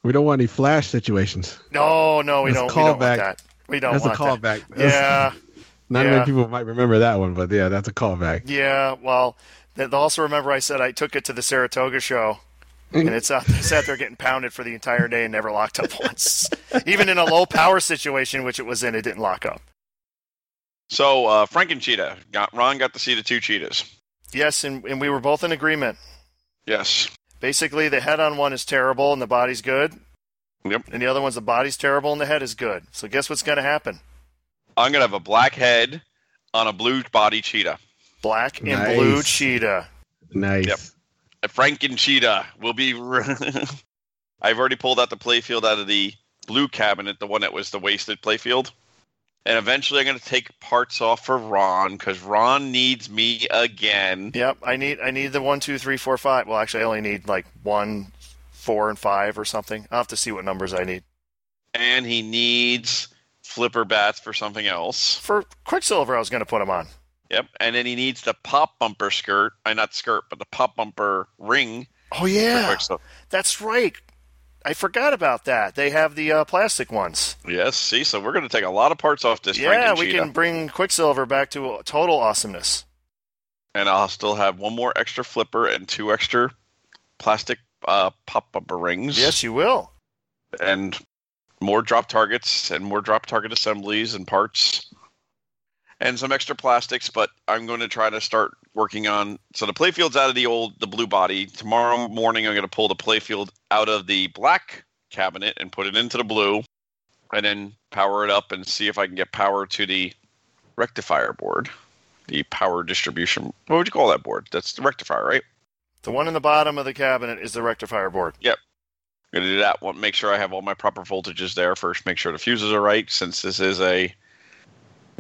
We don't want any flash situations. No, no, we don't. That's We a don't callback. want that. We don't That's a want that. callback. That's- Yeah, Not yeah. many people might remember that one, but yeah, that's a callback. yeah. Well, th- also remember I said I took it to the Saratoga show, and it's out, it's out there getting pounded for the entire day and never locked up once. Even in a low power situation, which it was in, it didn't lock up. So uh, Frank and Cheetah got Ron got to see the two cheetahs. Yes, and, and we were both in agreement. Yes, Basically, the head on one is terrible and the body's good. Yep. And the other one's the body's terrible and the head is good. So guess what's going to happen? I'm gonna have a black head on a blue body cheetah. Black and Nice. blue cheetah. Nice. Yep. Frank and Cheetah will be. I've already pulled out the playfield out of the blue cabinet, the one that was the wasted playfield. And eventually, I'm going to take parts off for Ron because Ron needs me again. Yep. I need I need the one, two, three, four, five. Well, actually, I only need like one, four, and five or something. I'll have to see what numbers I need And he needs flipper bats for something else. for Quicksilver. I was going to put him on. Yep. And then he needs the pop bumper skirt. I not skirt, but the pop bumper ring. Oh for yeah, Quicksilver. that's right. I forgot about that. They have the uh, plastic ones. Yes. See, so we're going to take a lot of parts off this Frank yeah, and we Cheetah. can bring Quicksilver back to uh, total awesomeness. and I'll still have one more extra flipper and two extra plastic uh, pop-up rings. Yes, you will. and more drop targets and more drop target assemblies and parts, and some extra plastics. But I'm going to try to start working on. So the playfield's out of the old the blue body. Tomorrow morning, I'm going to pull the playfield out of the black cabinet and put it into the blue, and then power it up and see if I can get power to the rectifier board. The power distribution. What would you call that board? That's the rectifier, right? The one in the bottom of the cabinet is the rectifier board. Gonna do that one. Make sure I have all my proper voltages there first. Make sure the fuses are right, since this is a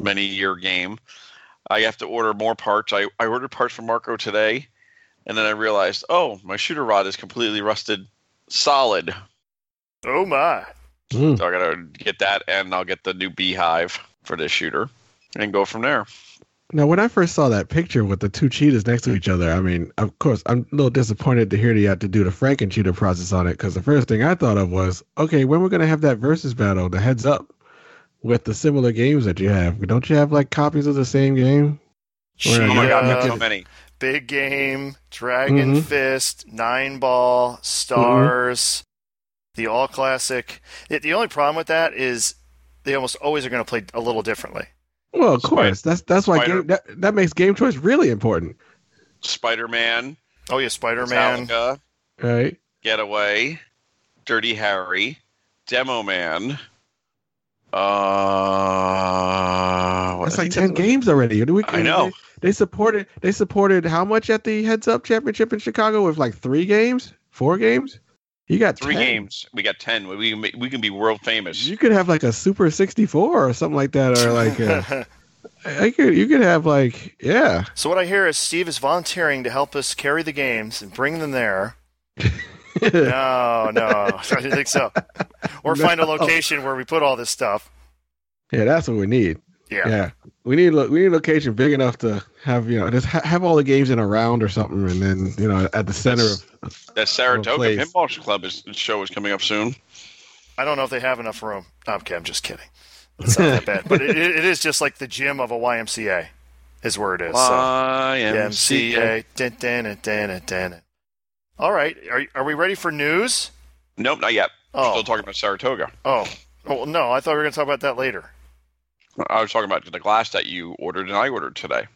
many-year game. I have to order more parts. I, I ordered parts from Marco today, and then I realized, oh, my shooter rod is completely rusted solid. Oh my. Mm. So I gotta get that, and I'll get the new beehive for this shooter, and go from there. Now, when I first saw that picture with the two cheetahs next to each other, I mean, of course, I'm a little disappointed to hear that you had to do the Frank and cheetah process on it because the first thing I thought of was, okay, when we're going to have that versus battle, the heads up with the similar games that you have. Don't you have like copies of the same game? Where- Oh my god, Yeah. that's so Cheetah, many. Big Game, Dragon Mhm. Fist, Nine Ball, Stars, the All Classic. It, the only problem with that is they almost always are going to play a little differently. Well, of Spider- course. That's that's why Spider- game, that, that makes game choice really important, Spider-Man, Oh yeah, Spider Man. Metallica, right? Getaway, Dirty Harry, Demo Man. Uh, what- That's like ten games already. Do we- I know. They, they supported. They supported how much at the Heads Up Championship in Chicago with like three games, four games. You got Three 10. games. We got ten. We can, ma- we can be world famous. You could have like a Super sixty four or something like that, or like a, uh, I could. You could have like yeah. so what I hear is Steve is volunteering to help us carry the games and bring them there. No, no, I don't think so. Or No. find a location where we put all this stuff. Yeah, that's what we need. Yeah. Yeah, we need lo- we need a location big enough to have you know just ha- have all the games in a round or something, and then you know at the center of that Saratoga place. Pinball Club is, show is coming up soon. I don't know if they have enough room. No, okay, I'm just kidding. It's not that bad, but it, it it is just like the gym of a YMCA, is where it is. so. YMCA. YMCA. Dun, dun, dun, dun, dun, dun. All right. Are, are we ready for news? Nope, not yet. We're Oh. Still talking about Saratoga. Oh, well, no. I thought we were going to talk about that later. I was talking about the glass that you ordered and I ordered today.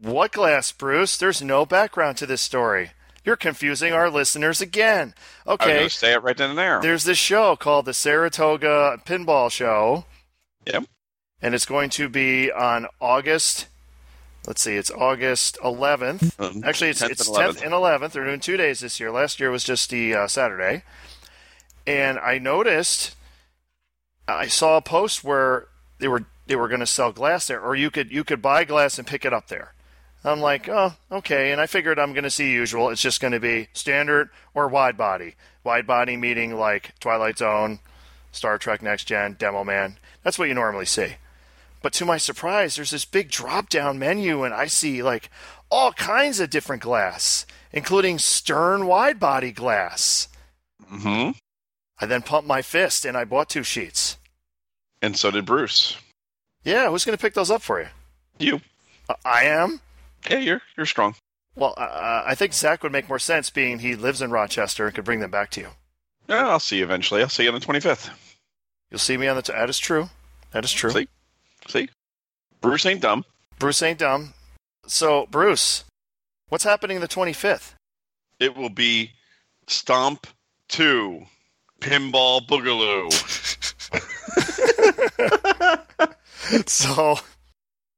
What glass, Bruce? There's no background to this story. You're confusing our listeners again. I was Okay. going to say it right then and there. There's this show called the Saratoga Pinball Show. Yep. And it's going to be on August. Let's see. It's August 11th. Um, Actually, it's 10th it's and 10th and 11th. They're doing two days this year. Last year was just the uh, Saturday. And I noticed, I saw a post where they were they were going to sell glass there, or you could you could buy glass and pick it up there. I'm like, oh, okay. And I figured I'm going to see usual. It's just going to be standard or wide body. Wide body meaning like Twilight Zone, Star Trek Next Gen, Demo Man. That's what you normally see. But to my surprise, there's this big drop down menu, and I see like all kinds of different glass, including stern wide body glass. hmm I then pumped my fist and I bought two sheets. And so did Bruce. Yeah, who's going to pick those up for you? You. Uh, I am? Yeah, you're you're strong. Well, uh, I think Zach would make more sense being he lives in Rochester and could bring them back to you. Yeah, I'll see you eventually. I'll see you on the 25th. You'll see me on the. T- that is true. That is true. See? See? Bruce ain't dumb. Bruce ain't dumb. So, Bruce, what's happening the 25th? It will be Stomp 2 Pinball Boogaloo. so,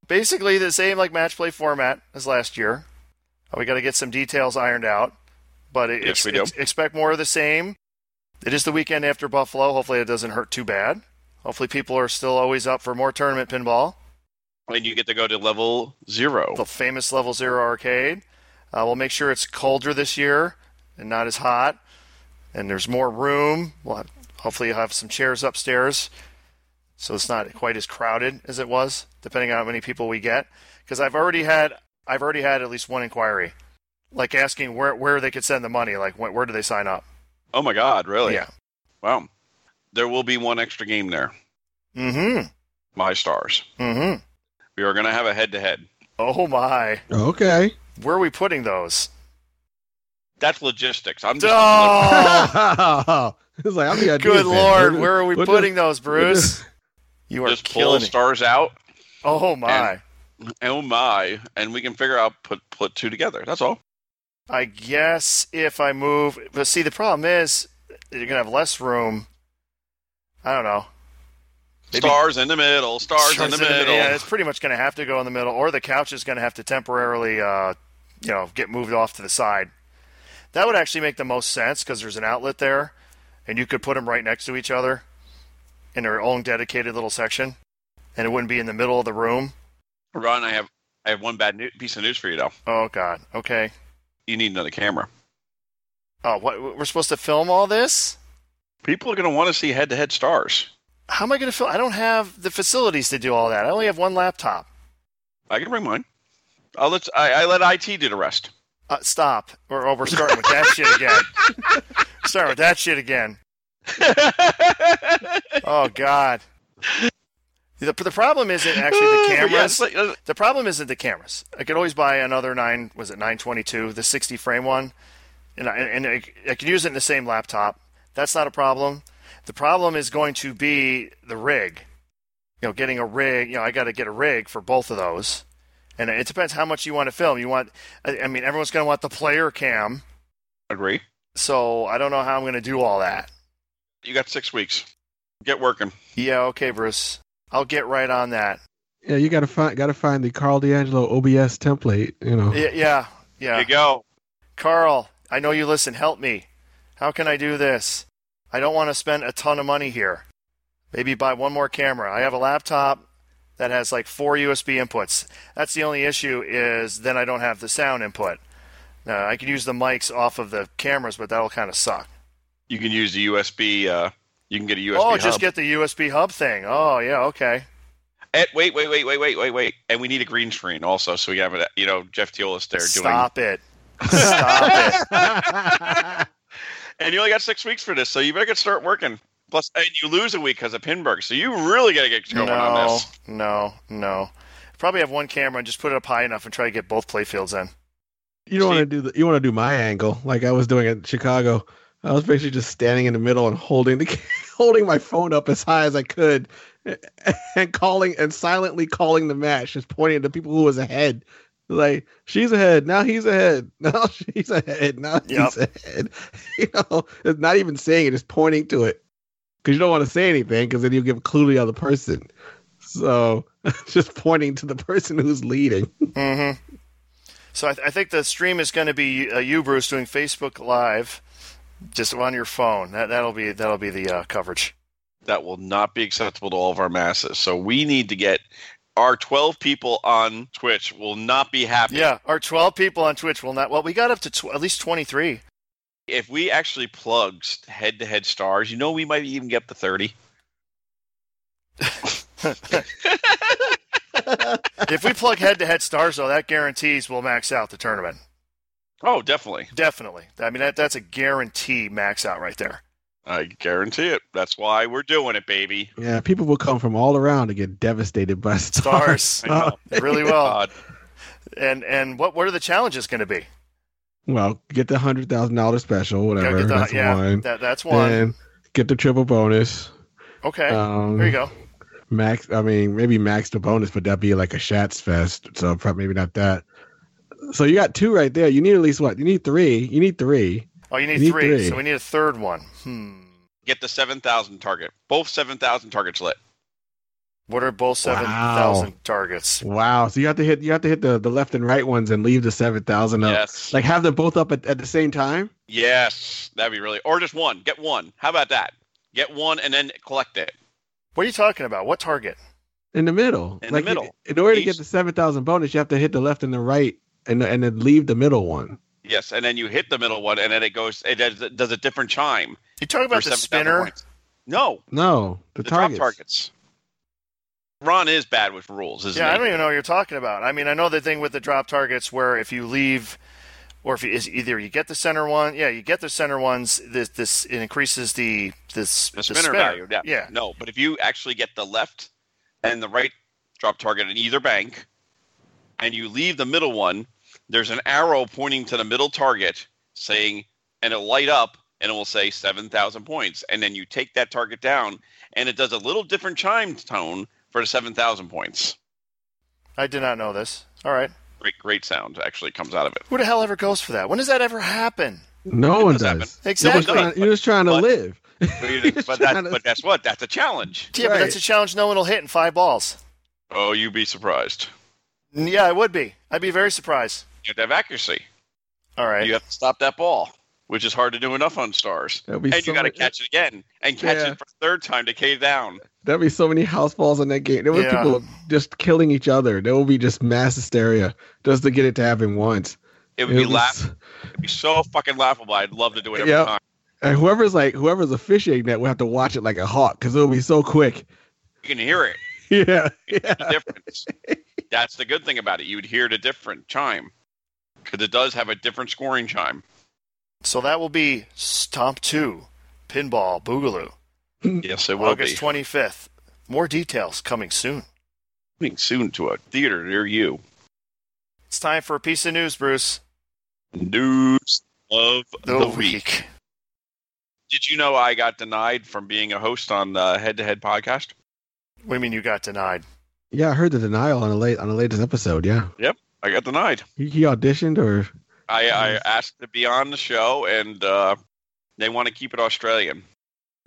basically the same like match play format as last year. Uh, We got to get some details ironed out, but it, it's- Yes, we do. it's- expect more of the same. It is the weekend after Buffalo. Hopefully, it doesn't hurt too bad. Hopefully, people are still always up for more tournament pinball. and you get to go to level zero. the famous Level Zero arcade. Uh, we'll make sure it's colder this year and not as hot, and there's more room. We'll have, hopefully you'll have some chairs upstairs, so it's not quite as crowded as it was, depending on how many people we get. Because I've already had I've already had at least one inquiry, like asking where where they could send the money, like wh- where do they sign up? Oh my God, really? Yeah. Wow. There will be one extra game there. Mm-hmm. My stars. Mm-hmm. We are going to have a head to head. Oh my, Okay. where are we putting those? That's logistics. I'm just. Oh, it's like, I'm gonna do good it, man. lord, We're- where are we we're putting those, Bruce? just- You are Just pull killing it. stars out. Oh my. Oh my! And we can figure out put put two together. That's all. I guess if I move, but see, the problem is you're gonna have less room. I don't know. Maybe- Stars in the middle. Stars, in the middle. Yeah, it's pretty much gonna have to go in the middle, or the couch is gonna have to temporarily, uh, you know, get moved off to the side. That would actually make the most sense because there's an outlet there, and you could put them right next to each other in their own dedicated little section, and it wouldn't be in the middle of the room. Ron, I have I have one bad new- piece of news for you though. Oh God. Okay. You need another camera. Oh, what? We're supposed to film all this? People are going to want to see head to head stars. How am I going to film? I don't have the facilities to do all that. I only have one laptop. I can bring mine. I'll let I, I let IT do the rest. Uh, stop. We're, oh, we're starting with that shit again. Starting with that shit again. Oh God. The, the problem isn't actually the cameras. Yes, let- let- the problem isn't the cameras. I could always buy another nine. Was it nine twenty two? The sixty frame one, and I, and I, I could use it in the same laptop. That's not a problem. The problem is going to be the rig. You know, getting a rig. You know, I got to get a rig for both of those, and it depends how much you want to film. You want. I, I mean, everyone's going to want the player cam. agree. So I don't know how I'm going to do all that. You got six weeks. Get working. Yeah, okay, Bruce. I'll get right on that. Yeah, you gotta find gotta find the Carl D'Angelo OBS template. You know, Yeah, yeah, yeah. You go. Carl, I know you listen. Help me. How can I do this? I don't want to spend a ton of money here. Maybe buy one more camera. I have a laptop that has like four USB inputs. That's the only issue is then I don't have the sound input. Now, I could use the mics off of the cameras, but that'll kind of suck. You can use the USB. Uh, you can get a USB oh, hub. just get the USB hub thing. Oh, yeah, okay. And Eh, wait, wait, wait, wait, wait, wait, wait. And we need a green screen also, so we have it. You know, Jeff Teolis there doing. Stop it. Stop it. And you only got six weeks for this, so you better get start working. Plus, and you lose a week because of Pinburg, so you really got to get going no, on this. No, no. Probably have one camera and just put it up high enough and try to get both playfields in. you don't want to do the, you want to do my angle like I was doing at Chicago. I was basically just standing in the middle and holding the holding my phone up as high as I could, and calling and silently calling the match, just pointing at the people who was ahead. Like she's ahead now, he's ahead now, she's ahead now, he's ahead. You know, it's not even saying it, just pointing to it because you don't want to say anything because then you give a clue to the other person. So just pointing to the person who's leading. hmm Mm-hmm. So I, th- I think the stream is going to be uh, you, Bruce, doing Facebook Live, just on your phone. That that'll be that'll be the uh, coverage. That will not be acceptable to all of our masses. So we need to get our 12 people on Twitch will not be happy. Yeah, our 12 people on Twitch will not. Well, we got up to tw- at least 23. If we actually plug head to head stars, you know, we might even get up to 30. if we plug head to head stars, though, that guarantees we'll max out the tournament. Oh, definitely. Definitely. I mean, that, that's a guarantee max out right there. I guarantee it. That's why we're doing it, baby. Yeah, people will come from all around to get devastated by stars. Stars. I know. Really well. God. And and what what are the challenges going to be? Well, get the hundred thousand dollar special, Gotta whatever. get the- that's yeah, one. That, that's one. Then get the triple bonus. okay. Um, there you go. Max, I mean, maybe max the bonus, but that'd be like a Shats fest. So probably maybe not that. So you got two right there. You need at least what? You need three. You need three. Oh, you need, need three, three. So we need a third one. Hmm. Get the 7,000 target. Both 7,000 targets lit. What are both Wow. 7,000 targets? Wow. So you have to hit. You have to hit the, the left and right ones and leave the seven thousand up. Yes. Like have them both up at, at the same time. yes. That'd be really. Or just one. Get one. How about that? Get one and then collect it. What are you talking about? What target? In the middle. In the like you- middle. in order to get Each- the seven thousand bonus, you have to hit the left and the right, and and then leave the middle one. Yes. And then you hit the middle one and then it goes, it does, it does a different chime. You talking about for the 7,000 spinner? points. No. No, the, The, targets. drop targets. Ron is bad with rules, isn't Yeah, he? I don't even know what you're talking about. I mean, I know the thing with the drop targets where if you leave, or if you, is either you get the center one, yeah, you get the center ones. This this it increases the this the spinner value. Yeah. yeah. No, but if you actually get the left and the right drop target in either bank, and you leave the middle one, there's an arrow pointing to the middle target saying, and it'll light up and it will say 7,000 points. And then you take that target down, and it does a little different chime tone for the 7,000 points. I did not know this. All right, Great, great sound actually comes out of it. who the hell ever goes for that? When does that ever happen? No It one does happen. does. No Exactly. one's trying- You're just trying to But- live. But, you- but, that, but that's what? That's a challenge. yeah, but Right. that's a challenge no one will hit in five balls. Oh, you'd be surprised. Mm, Yeah, I would be. I'd be very surprised. You have to have accuracy. All right. You have to stop that ball, which is hard to do enough on stars. That'd be and so you got to much- catch it again and catch Yeah. it for the third time to cave down. There'll be so many house balls in that game. There were Yeah. people just killing each other. There will be just mass hysteria just to get it to happen once. It would be laugh. It'd be so fucking laughable. I'd love to do it every Yep. time. And whoever's like whoever's officiating that will have to watch it like a hawk because it'll be so quick. You can hear it. Yeah, yeah. The difference. That's the good thing about it. You'd hear the different chime because it does have a different scoring chime. So that will be Stomp 2, Pinball Boogaloo, Yes, it will August be 25th. More details coming soon. coming soon to a theater near you. It's time for a piece of news, Bruce. News of the, The, week. Did you know I got denied from being a host on the Head to Head podcast? What do you mean you got denied? Yeah, I heard the denial on the late on the latest episode. Yeah, I got denied. he, he auditioned or I, I Nice. asked to be on the show, and uh, they want to keep it Australian.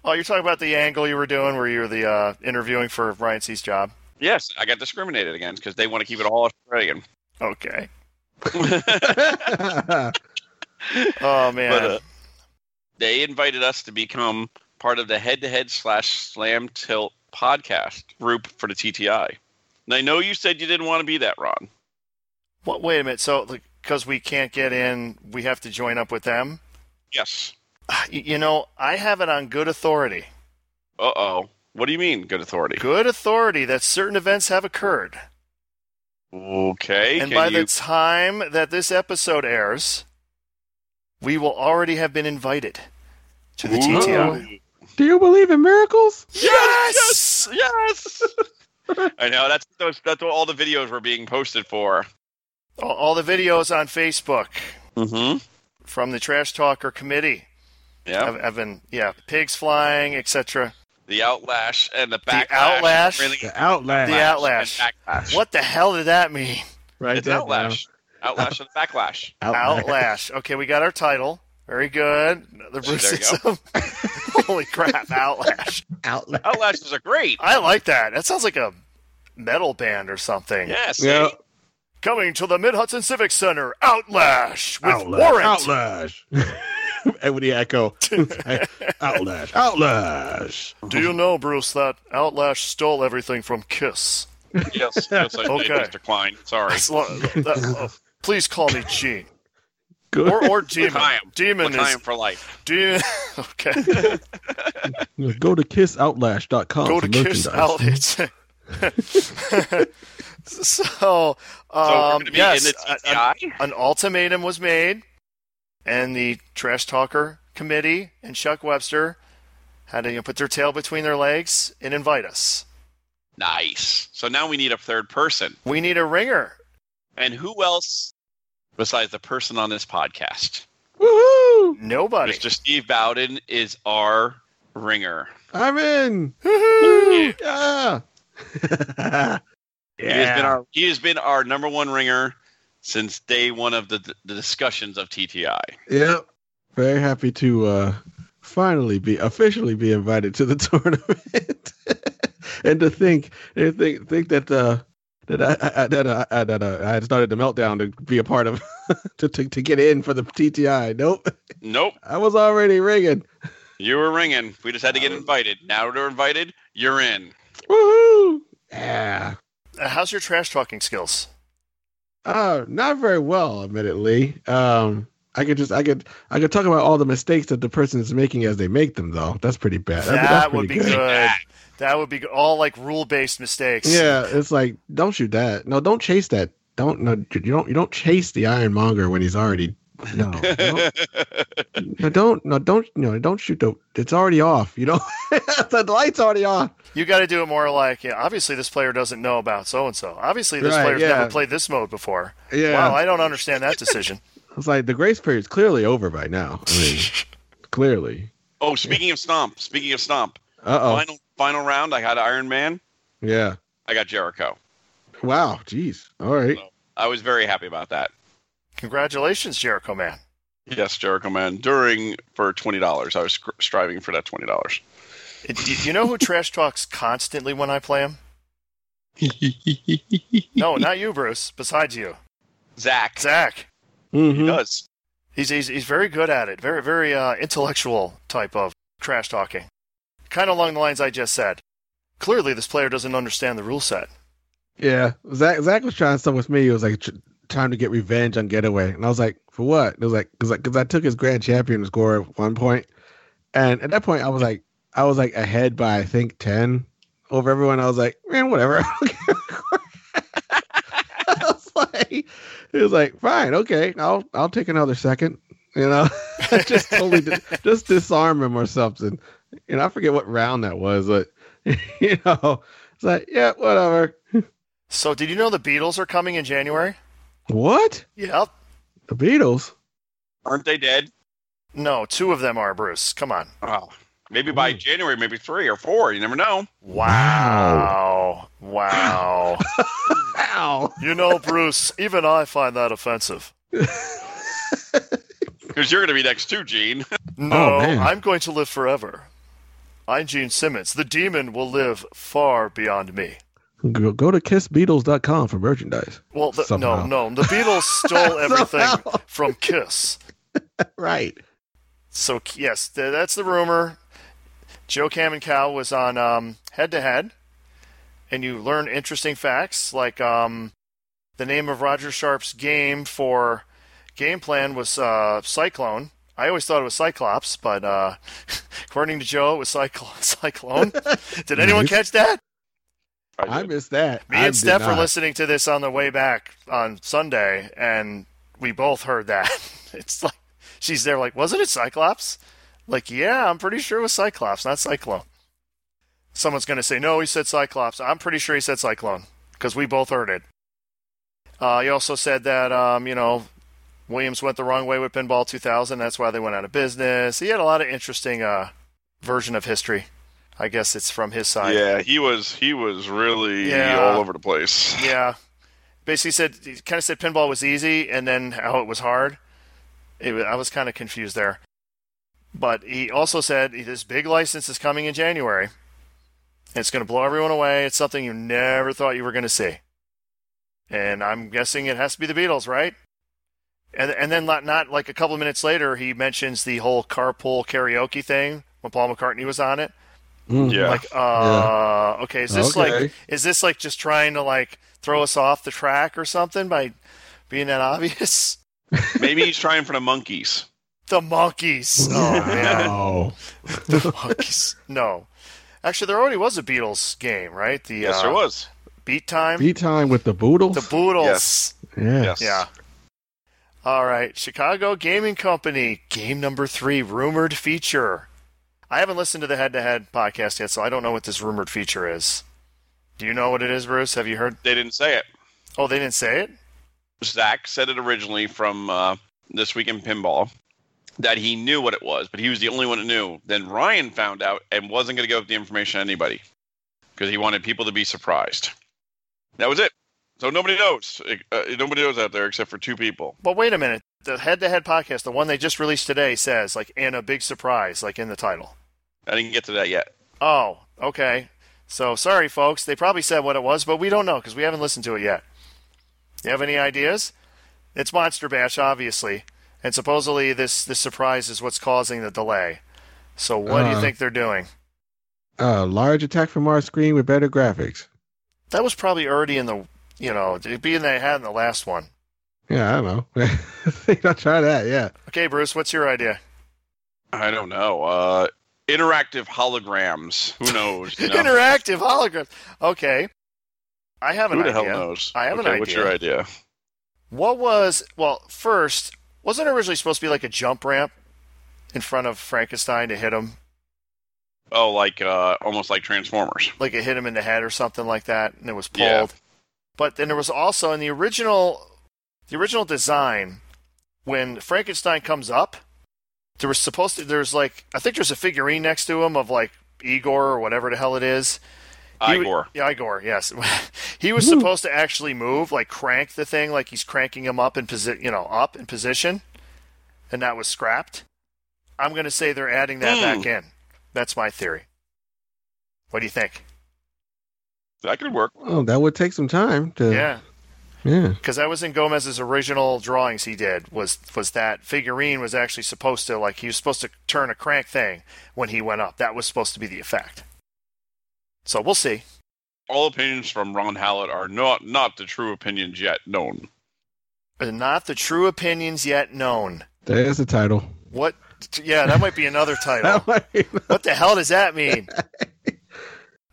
Oh, you're talking about the angle you were doing where you were the uh, interviewing for Ryan C's job. Yes, I got discriminated against because they want to keep it all Australian. Okay. but Oh man. uh, they invited us to become part of the head-to-head slash slam tilt podcast group for the TTI. And I know you said you didn't want to be that, Ron. what? Wait a minute. So, because we can't get in, we have to join up with them. Yes. Ah, y- You know, I have it on good authority. Uh oh. What do you mean, good authority? Good authority that certain events have occurred. Okay. and can by you- the time that this episode airs, we will already have been invited to the Ooh. TTI. do you believe in miracles? Yes! Yes! I know that's that's that's what all the videos were being posted for. All- All the videos on Facebook. Mm-hmm. from the Trash Talker Committee. Yeah. I've, I've been, yeah, pigs flying, etc. the outlash and the The backlash. outlash. Really- The outlast. The outlash. and backlash. What the hell did that mean? Right It's outlash. Outlash and backlash. Oh. Outlash. Okay, we got our title. Very good. The There you Bruceism. Holy crap, Outlash. Outlash. Outlash is a great. I like that. That sounds like a metal band or something. Yes. Yeah. Coming to the Mid Hudson Civic Center, Outlash with Outlash. Warrant. Outlash. and with the echo. outlash. Outlash. Do you know, Bruce, that Outlash stole everything from Kiss? Yes, yes, I Okay. did, Mr. Klein. Sorry. That's lo- that- oh, please call me Gene Good. or or Demon. L'chaim. Demon is Time for life. Demon. Okay, Go to kissoutlash.com. go for to Kiss Oh, merchandise. Outlets. so, So we're um, going to be yes, in a- the a- TTI. an ultimatum was made, and the Trash Talker Committee and Chuck Webster had to you know, put their tail between their legs and invite us. Nice. So now we need a third person. We need a ringer. And who else besides the person on this podcast? Woohoo! Nobody. Mr. Steve Bowden is our ringer. I'm in. Woohoo! Yeah. He has been our he has been our number one ringer since day one of the, the discussions of TTI. Yep. Very happy to uh finally be officially be invited to the tournament. and to think and think think that uh that I, I that I, I that uh, I had started the meltdown to be a part of to, to to get in for the TTI. Nope, Nope, I was already ringing. you were ringing. We just had to get invited. Now we're invited. You're in. Woohoo! Yeah. Uh, How's your trash talking skills? Uh, not very well, admittedly. Um, I could just I could I could talk about all the mistakes that the person is making as they make them, though. That's pretty bad. That's- that's that would be pretty good. That would be g- all like rule based mistakes. Yeah, it's like don't shoot that. No, don't chase that. Don't no. You don't you don't chase the Ironmonger when he's already no. don't- no, don't no don't no don't shoot the. It's already off. You know the light's already off. You got to do it more like, yeah, obviously this player doesn't know about so and so. Obviously this Right, player's yeah. never played this mode before. Yeah, Wow, I don't understand that decision. it's like the grace period's clearly over by now. I mean, clearly. Oh, speaking of Stomp, speaking of Stomp, Uh oh. final final round, I had Iron Man. Yeah. I got Jericho. Wow. Jeez. All right. I was very happy about that. Congratulations, Jericho man. Yes, Jericho Man. During for twenty dollars, I was scr- striving for that twenty dollars. It- Uh, do you know who trash talks constantly when I play him? No, not you, Bruce. Besides you, Zach, Zach. he Mhm. does. He's he's, he's very good at it. Very very uh, intellectual type of trash talking. Kind of along the lines I just said. Clearly, this player doesn't understand the rule set. Yeah. Zach Zach was trying stuff with me. It was like tr- time to get revenge on Getaway, and I was like, for what? It was like because because I took his grand champion score at one point, and at that point I was like I was like ahead by I think ten over everyone. I was like, man, whatever. I don't care." I was like, it was like fine, okay, I'll I'll take another second. You know, just totally dis- just disarm him or something. And I forget what round that was, but you know, it's like yeah, whatever. So, did you know the Beatles are coming in January? What? Yep. The Beatles? Aren't they dead? No, two of them are Bruce. Come on. Oh, maybe by Ooh. January, maybe three or four. You never know. Wow. Wow. Wow. you know, Bruce, even I find that offensive. Because you're going to be next too, Gene. No, Oh, man. I'm going to live forever. I'm Gene Simmons. The demon will live far beyond me. Go, go to kissbeatles.com for merchandise. Well, the, no, Somehow. no. The Beatles stole everything Somehow. from Kiss. Right. So, yes, th- that's the rumor. Joe Cam and Cal was on um, Head to Head, and you learn interesting facts like um, the name of Roger Sharp's game for game plan was uh, Cyclone. I always thought it was Cyclops, but uh, according to Joe, it was Cycl- Cyclone. Did anyone Nice. catch that? I missed that. Me I and did Steph were not. listening to this on the way back on Sunday, and we both heard that. It's like she's there, like, wasn't it Cyclops? Like, yeah, I'm pretty sure it was Cyclops, not Cyclone. Someone's going to say, no, he said Cyclops. I'm pretty sure he said Cyclone because we both heard it. Uh, he also said that, um, you know, Williams went the wrong way with Pinball 2000. That's why they went out of business. He had a lot of interesting uh, version of history. I guess it's from his side. Yeah, he was. He was really Yeah. all over the place. Yeah. Basically said he kind of said pinball was easy and then how it was hard. It, wa- I was kind of confused there. But he also said this big license is coming in January. It's going to blow everyone away. It's something you never thought you were going to see. And I'm guessing it has to be the Beatles, right? And and then not, not like a couple of minutes later, he mentions the whole carpool karaoke thing when Paul McCartney was on it. Mm. Yeah. Like, uh, okay, is this Okay. like, is this like just trying to like throw us off the track or something by being that obvious? Maybe he's trying for the monkeys. The monkeys. Oh man, Wow. the monkeys. No, actually, there already was a Beatles game, right? The Yes, uh, there was. Beat Time. Beat time with the boodles. The Boodles. Yes. yeah. Yes. Yeah. All right. Chicago Gaming Company, game number three, rumored feature. I haven't listened to the head to head podcast yet, so I don't know what this rumored feature is. Do you know what it is, Bruce? Have you heard? They didn't say it. Oh, they didn't say it? Zach said it originally from uh, this week in pinball that he knew what it was, but he was the only one that knew. Then Ryan found out and wasn't going to give up the information to anybody because he wanted people to be surprised. That was it. So nobody knows. Uh, nobody knows out there except for two people. But wait a minute. The head to head podcast, the one they just released today, says, like, and a big surprise, like in the title. I didn't get to that yet. Oh, okay. So sorry, folks. They probably said what it was, but we don't know because we haven't listened to it yet. You have any ideas? It's Monster Bash, obviously, and supposedly this this surprise is what's causing the delay. So what do you Uh. think they're doing? Uh, large attack from our screen with better graphics. That was probably already in the you know being they had in the last one. Yeah, I don't know. Think I'll try that. Yeah. Okay, Bruce, what's your idea? I don't know. Uh, interactive holograms. Who knows? you know? Interactive hologram. Okay, I have an Who the idea. hell knows? I have an okay, What's idea. your idea? What was well first? Wasn't it originally supposed to be like a jump ramp in front of Frankenstein to hit him Oh, like uh, almost like Transformers. like it hit him in the head or something like that, and it was pulled. Yeah. But then there was also in the original, the original design, when Frankenstein comes up, there was supposed to there's like I think there's a figurine next to him of like Igor or whatever the hell it is. He wa- Igor. yeah, Igor. Yes, he was supposed to actually move, like crank the thing, like he's cranking him up in position, you know, up in position, and that was scrapped. I'm gonna say they're adding that Hmm. back in. That's my theory. What do you think? That could work. Oh, that would take some time to. yeah. Yeah. because that was in Gomez's original drawings he did was was that figurine was actually supposed to like he was supposed to turn a crank thing when he went up. That was supposed to be the effect. So we'll see. all opinions from Ron Hallett are not not the true opinions yet known. But not the true opinions yet known. There's the title. What? Yeah, that might be another title. what the hell does that mean?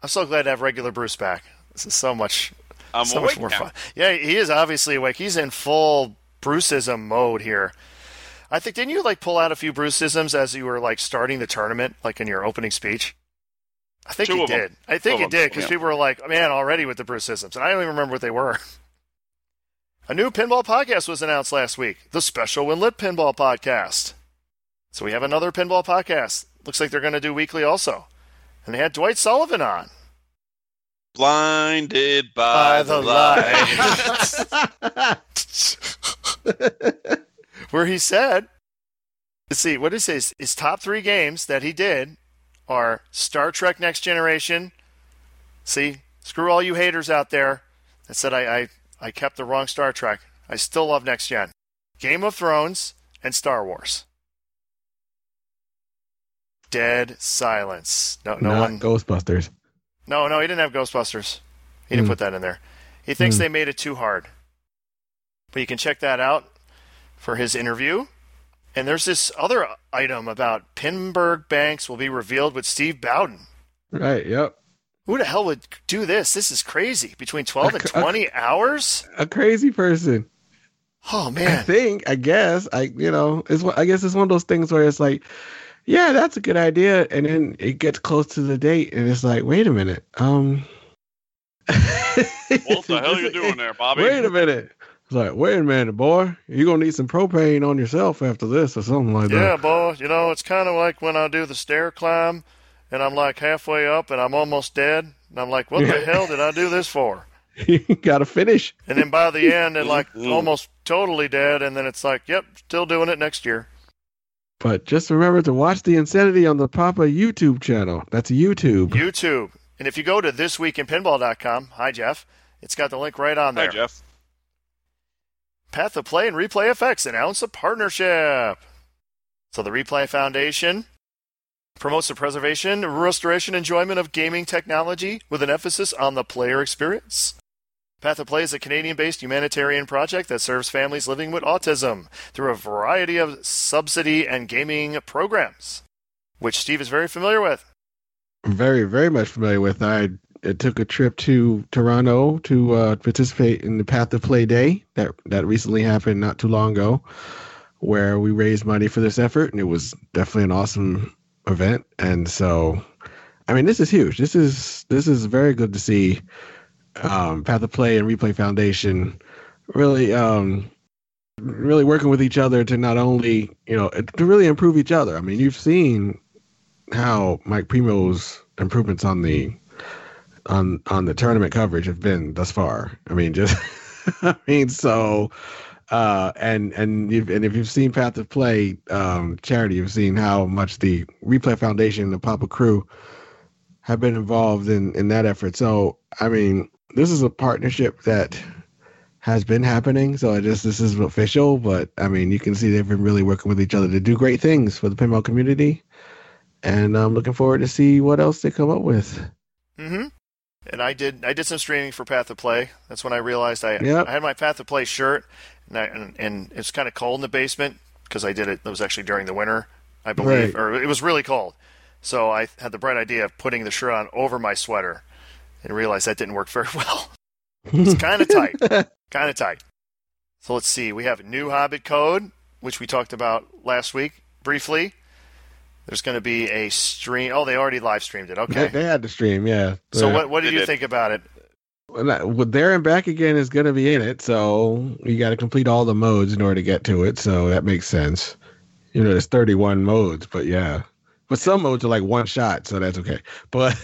I'm so glad to have regular Bruce back. This is so much I'm so awake much more now. fun. Yeah, he is obviously awake. He's in full Bruceism mode here. I think didn't you like pull out a few Bruceisms as you were like starting the tournament, like in your opening speech? I think Two you of 'em. did. I think Two you of 'em, did because yeah. people were like, "Man, already with the Bruceisms," and I don't even remember what they were. A new pinball podcast was announced last week, the Special Win Lit Pinball Podcast. So we have another pinball podcast. Looks like they're going to do weekly also, and they had Dwight Sullivan on. Blinded By by, the the light. where he said, let's see, what did he say? His, his top three games that he did are Star Trek Next Generation. See, screw all you haters out there that said I, I, I kept the wrong Star Trek. I still love Next Gen. Game of Thrones and Star Wars. Dead silence. No, no Not one. Ghostbusters. No, no, he didn't have Ghostbusters. He didn't Hmm. put that in there. He thinks Hmm. they made it too hard. But you can check that out for his interview. And there's this other item about Pinberg Banks will be revealed with Steve Bowden. Right. Yep. Who the hell would do this? This is crazy. Between 12 and Okay. 20 hours? A crazy person. Oh, I man. think, I guess, I you know, it's one- I guess it's one of those things where it's like, yeah, that's a good idea, and then it gets close to the date, and it's like, wait a minute, um, What the hell you doing there, Bobby? Wait a minute. It's like, wait a minute, boy, you're gonna need some propane on yourself after this or something like Yeah, boy. You know, it's kind of like when I do the stair climb and I'm like halfway up and I'm almost dead. And I'm like, what the Yeah. hell did I do this for? that. you gotta finish. And then by the end, they're like Mm-mm. almost totally dead. And then it's like, yep, still doing it next year. But just remember to watch the insanity on the Papa YouTube channel. That's YouTube. YouTube. And if you go to thisweekinpinball.com, hi, Jeff, it's got the link right on there. Hi, Jeff. Path of Play and Replay FX announce a partnership. So the Replay Foundation Promotes the preservation, restoration, enjoyment of gaming technology with an emphasis on the player experience. Path of Play is a Canadian based humanitarian project that serves families living with autism through a variety of subsidy and gaming programs, which Steve is very familiar with. I'm very, very much familiar with. I uh, took a trip to Toronto to uh, participate in the Path of Play Day that that recently happened not too long ago, where we raised money for this effort, and it was definitely an awesome event. And so, I mean, this is huge. This is this is very good to see. Um, Path of Play and Replay Foundation really um, really working with each other to not only you know to really improve each other. I mean, you've seen how Mike Primo's improvements on the on on the tournament coverage have been thus far. I mean, just I mean, so uh, and and you've, and if you've seen Path of Play um, charity, you've seen how much the Replay Foundation and the Papa Crew have been involved in in that effort. So I mean, this is a partnership that has been happening. So I just this isn't official, but I mean, you can see they've been really working with each other to do great things for the pinball community. And I'm looking forward to see what else they come up with. Mm-hmm. And I did I did some streaming for Path of Play. That's when I realized I Yep. I had my Path of Play shirt, and I, and, and it's kind of cold in the basement because I did it. It was actually during the winter, I believe, Right. or it was really cold. So I had the bright idea of putting the shirt on over my sweater, and realized that didn't work very well. It's kind of tight, kind of tight. So let's see. We have new Hobbit code, which we talked about last week briefly. There's going to be a stream. Oh, they already live streamed it. They, Okay. they had to stream, yeah. So Yeah. what what do They you did. think about it? Well, that- well, there and back again is going to be in it, so you got to complete all the modes in order to get to it. So that makes sense. You know, there's 31 modes, but yeah, but some modes are like one shot, so that's okay. But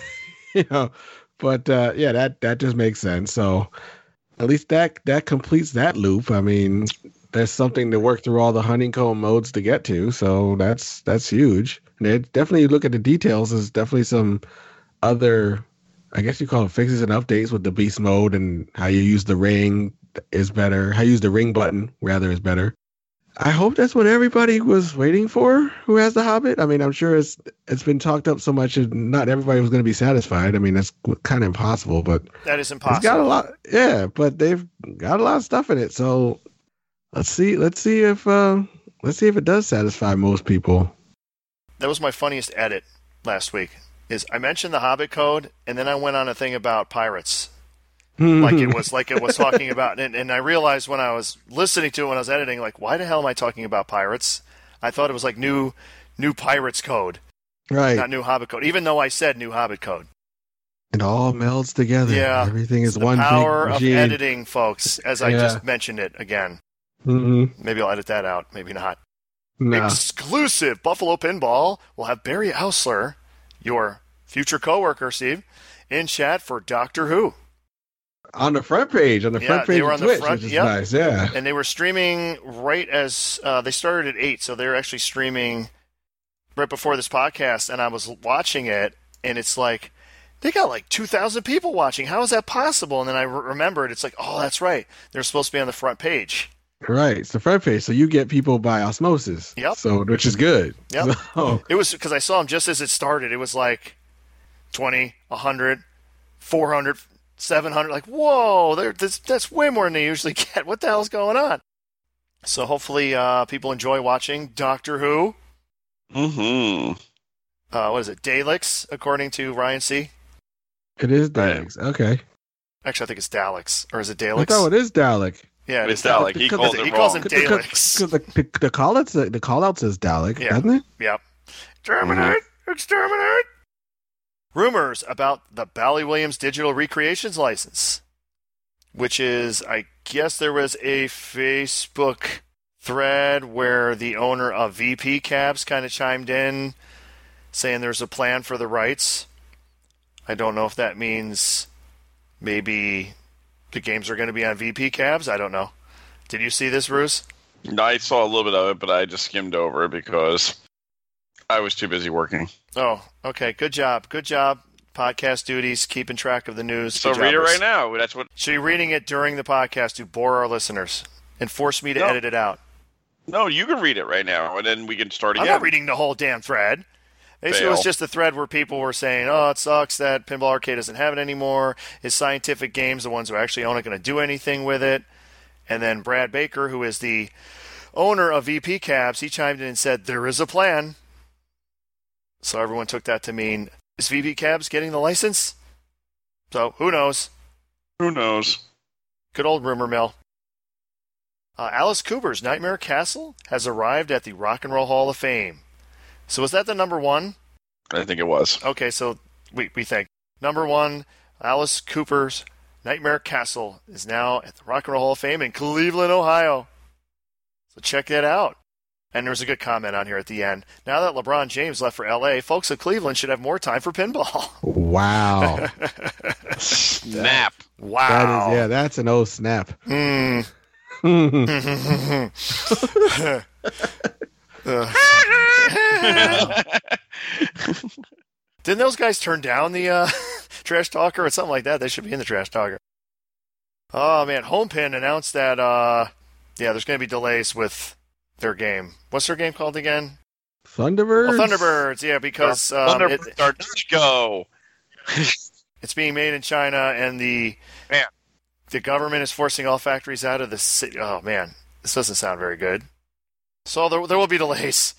you know, but uh, yeah, that that just makes sense. So at least that that completes that loop. I mean, there's something to work through all the honeycomb modes to get to, so that's that's huge. And it definitely you look at the details. There's definitely some other I guess you call it fixes and updates with the beast mode and how you use the ring is better. How you use the ring button rather is better. I hope that's what everybody was waiting for who has the Hobbit. I mean, I'm sure it's it's been talked up so much and not everybody was going to be satisfied. I mean, that's kind of impossible, but That is it's got a impossible. lot. Yeah, but they've got a lot of stuff in it. So let's see. Let's see if uh, let's see if it does satisfy most people. that was my funniest edit last week. Is I mentioned the Hobbit code, and then I went on a thing about pirates, like it was like it was talking about. And, and I realized when I was listening to it when I was editing, like, why the hell am I talking about pirates? I thought it was like new new pirates code, right. not new Hobbit code. Even though I said new Hobbit code, it all melds together. Yeah. everything is the one power big of machine. editing, folks. As I Yeah. just mentioned it again, Mm-hmm. maybe I'll edit that out, maybe not. Nah. exclusive Buffalo Pinball. We'll have Barry Ausler, your future coworker, Steve, in chat for Doctor Who. on the front page, on the Yeah, front they page were on of the Twitch, front, which is yep. nice. Yeah, And they were streaming right as uh, they started at 8, so they're actually streaming right before this podcast. And I was watching it, and it's like, they got like 2,000 people watching. How is that possible? And then I re- remembered, it's like, oh, that's right. They're supposed to be on the front page. right. It's the front page, so you get people by osmosis. Yep. So which is good. Yep. So, It was because I saw them just as it started. It was like 20, 100, 400, 700. Like, whoa, they're- that's, that's way more than they usually get. What the hell's going on? So hopefully uh, people enjoy watching Doctor Who. Mm-hmm. Uh, what is it? Daleks, according to Ryan C. it is Right. Daleks. Okay. Actually, I think it's Daleks. Or is it I Daleks? thought it is Dalek. yeah, It's not like he Because calls he it calls wrong. him- Because- Daleks. because The, the, the call out the call out says Dalek, Yeah. doesn't it? Yep. Terminate! Exterminate! Rumors about the Bally Williams digital recreations license, which is, I guess there was a Facebook thread where the owner of VP Cabs kind of chimed in saying there's a plan for the rights. I don't know if that means maybe the games are going to be on VP Cabs. I don't know. Did you see this, Bruce? I saw a little bit of it, but I just skimmed over it because I was too busy working. Oh, okay. Good job. Good job. Podcast duties, keeping track of the news. So Good job, read it Bruce. right now. That's what. So you're reading it during the podcast to bore our listeners and force me to No. edit it out. No, you can read it right now, and then we can start I'm again. not reading the whole damn thread. Basically, it was Fail. just a thread where people were saying, "Oh, it sucks that Pinball Arcade doesn't have it anymore. Is Scientific Games the ones who actually own it going to do anything with it?" And then Brad Baker, who is the owner of VP Caps, he chimed in and said, "There is a plan." So everyone took that to mean is VP Cabs getting the license? So who knows? Who knows? Good old rumor mill. Uh, Alice Cooper's Nightmare Castle has arrived at the Rock and Roll Hall of Fame. So was that the number one? I think it was. Okay, so we we think number one, Alice Cooper's Nightmare Castle is now at the Rock and Roll Hall of Fame in Cleveland, Ohio. So check that out. And there's a good comment on here at the end. Now that LeBron James left for LA, folks of Cleveland should have more time for pinball. Wow. Snap. Wow. that is, yeah, that's an old snap. Hmm. All Ugh. Um, Didn't those guys turn down the uh, trash talker or something like that? They should be in the trash talker. Oh man, Homepin announced that uh, yeah, there's going to be delays with their game. What's their game called again? Oh, Thunderbirds. Thunderbirds. Yeah, because um, Thunder it, our Dutch go. it's being made in China, and the Man. the government is forcing all factories out of the city. Oh man, this doesn't sound very good. So there, there will be delays.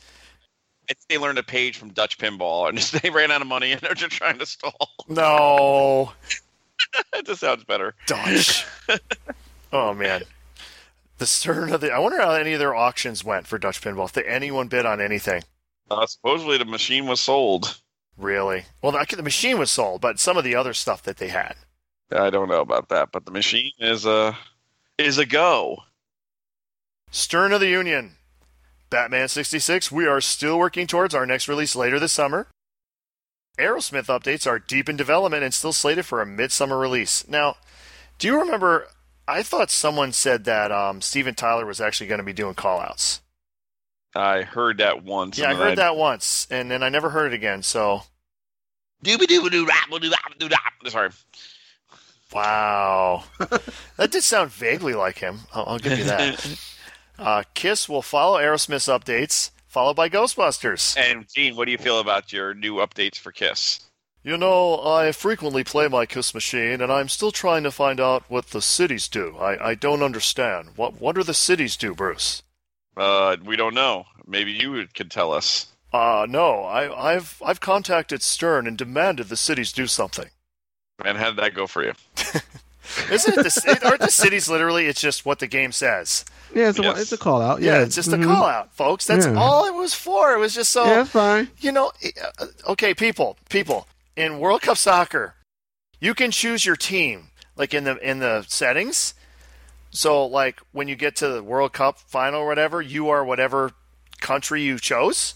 I think they learned a page from Dutch pinball, and they ran out of money, and they're just trying to stall. No. That just sounds better. Dodge. oh man, the stern of the. I wonder how any of their auctions went for Dutch pinball. If anyone bid on anything, Uh, supposedly the machine was sold. really. Well, the, the machine was sold, but some of the other stuff that they had. I don't know about that, but the machine is a is a go. Stern of the Union, Batman '66. We are still working towards our next release later this summer. Aerosmith updates are deep in development and still slated for a midsummer release. Now, do you remember? I thought someone said that um, Steven Tyler was actually going to be doing callouts. I heard that once. Yeah, I heard that once, and then I never heard it again. So Doobie doo doo rap doo rap doo rap. Sorry. Wow. that did sound vaguely like him. I'll, I'll give you that. Uh, Kiss will follow Aerosmith's updates, followed by Ghostbusters. and Gene, what do you feel about your new updates for Kiss? You know, I frequently play my Kiss machine, and I'm still trying to find out what the cities do. I, I don't understand. What what do the cities do, Bruce? Uh, we don't know. Maybe you could tell us. Uh, no, I, I've I've contacted Stern and demanded the cities do something. And how did that go for you? Isn't it? The, ci- aren't the cities literally? It's just what the game says. Yeah, it's a, Yes. it's a call out. Yeah, Yeah, it's just mhm. a call out, folks. That's Yeah. all it was for. It was just so. Yeah, it's fine. You know, it- uh, okay, people, people in World Cup soccer, you can choose your team like in the in the settings. So like when you get to the World Cup final or whatever, you are whatever country you chose.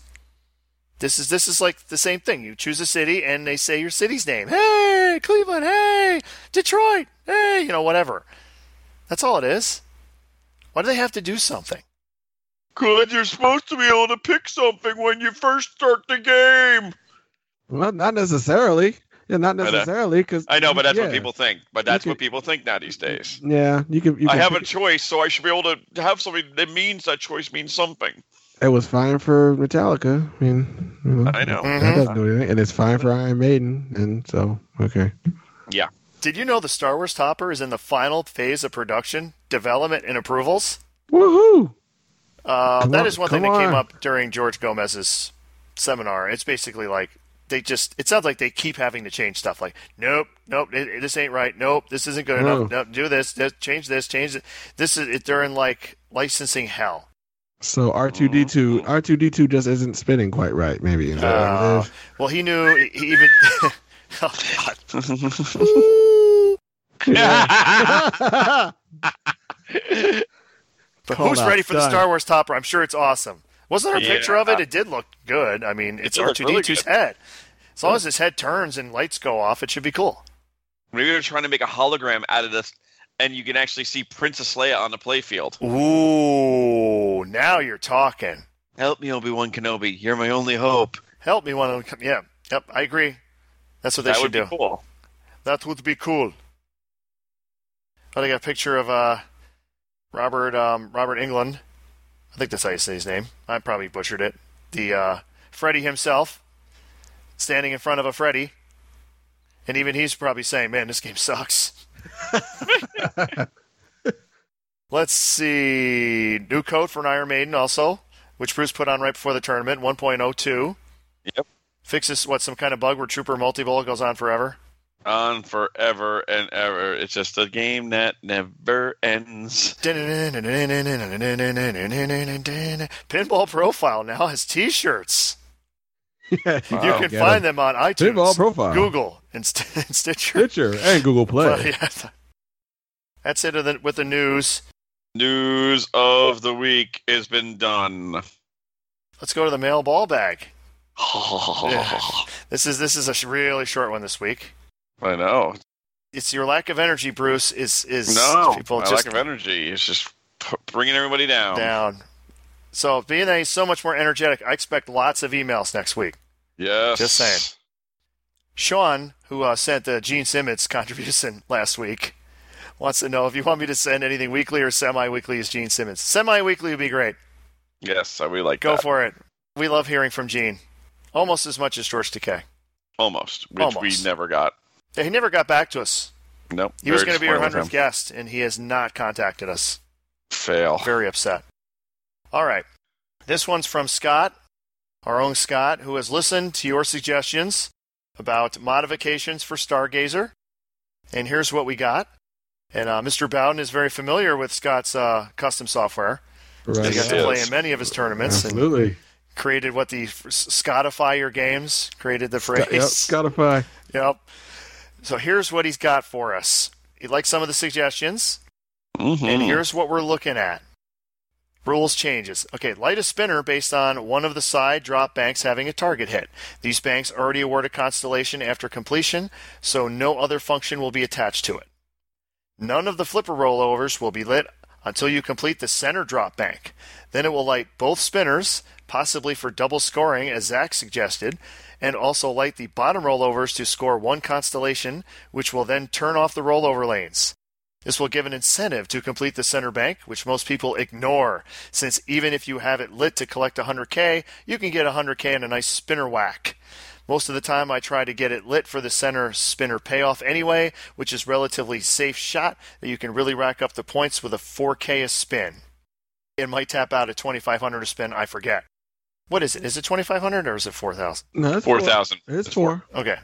This is this is like the same thing. You choose a city and they say your city's name. Hey, Cleveland, hey, Detroit, hey, you know whatever. That's all it is. Why do they have to do something? Good, you're supposed to be able to pick something when you first start the game. Well, not necessarily. Yeah, not know. necessarily because uh, I know, but that's yeah. what people think. But that's You what people think now these days. Yeah, you can. You I can have pick- a choice, so I should be able to have something that means that choice means something. It was fine for Metallica. I mean, you know, I know. that doesn't do anything, and it's fine for Iron Maiden, and so okay. Did you know the Star Wars Topper is in the final phase of production, development, and approvals? Woohoo! Uh, Come that on- is one thing that come came on. up during George Gomez's seminar. It's basically like they just, it sounds like they keep having to change stuff. Like, nope, nope, it, it- this ain't right. Nope, this isn't good No. enough. Nope, do this, this, change this, change it. This is, it, they're in like licensing hell. So R two D two R two D two just isn't spinning quite right. Maybe. Is that what it Uh, is? well, he knew, he he even, oh, God. Yeah. But Called who's out. ready for the Done. Star Wars topper? I'm sure it's awesome. Wasn't there a Yeah. picture of it? It did look good. I mean, it's did R look two really D 2s good. head. As long as his head turns and lights go off, it should be cool. Maybe they're trying to make a hologram out of this, and you can actually see Princess Leia on the playfield. Ooh, now you're talking. Help me, Obi Wan Kenobi. You're my only hope. Help me one. of them. Yeah, yep, I agree. That's what they that would should do. be cool. That would be cool. Oh, they got a picture of uh, Robert um, Robert England. I think that's how you say his name. I probably butchered it. The uh, Freddy himself. standing in front of a Freddy, and even he's probably saying, "Man, this game sucks." Let's see. New code for an Iron Maiden also, which Bruce put on right before the tournament, 1.02. Yep. Fixes what some kind of bug where Trooper Multiball goes on forever. on forever and ever. It's just a game that never ends. Pinball Profile now has T-shirts. Yeah, You Wow. can find them on iTunes, Pinball Profile. Google, and, St- and Stitcher. Stitcher and Google But, Play. yeah, that's it with the- with the news. News of the week has been done. Let's go to the mail ball bag. This is this is a sh- really short one this week. I know. It's your lack of energy, Bruce. Is is No, people my just lack of energy is just p- bringing everybody down. down? So being that he's so much more energetic, I expect lots of emails next week. Yes. Just saying. Sean, who uh, sent the Gene Simmons contribution last week, wants to know if you want me to send anything weekly or semi-weekly as Gene Simmons. Semi-weekly would be great. Yes, I really like Go that. for it. We love hearing from Gene, almost as much as George Takei. Almost, which Almost. we never got. Yeah, he never got back to us. Nope. He was very going to be our disappointed with hundredth him. guest, and he has not contacted us. Fail. Very upset. All right, this one's from Scott, our own Scott, who has listened to your suggestions about modifications for Stargazer, and here's what we got. And uh, Mr. Bowden is very familiar with Scott's uh, custom software. Right. He got Yes, to he play is. in many of his tournaments and Absolutely. created what the Scottify your games created the phrase. Yep, Spotify. Yep. So here's what he's got for us. He likes some of the suggestions, Mhm. and here's what we're looking at. Rules changes. Okay, light a spinner based on one of the side drop banks having a target hit. These banks already award a constellation after completion, so no other function will be attached to it. None of the flipper rollovers will be lit until you complete the center drop bank. Then it will light both spinners, possibly for double scoring, as Zach suggested, and also light the bottom rollovers to score one constellation, which will then turn off the rollover lanes. This will give an incentive to complete the center bank, which most people ignore, since even if you have it lit to collect 100k, you can get 100k in a nice spinner whack. Most of the time, I try to get it lit for the center spinner payoff anyway, which is relatively safe shot that you can really rack up the points with a 4k a spin. It might tap out at 2500 a spin, I forget. What is it? Is it 2500 or is it 4000? No, that's four thousand. It's four. Okay.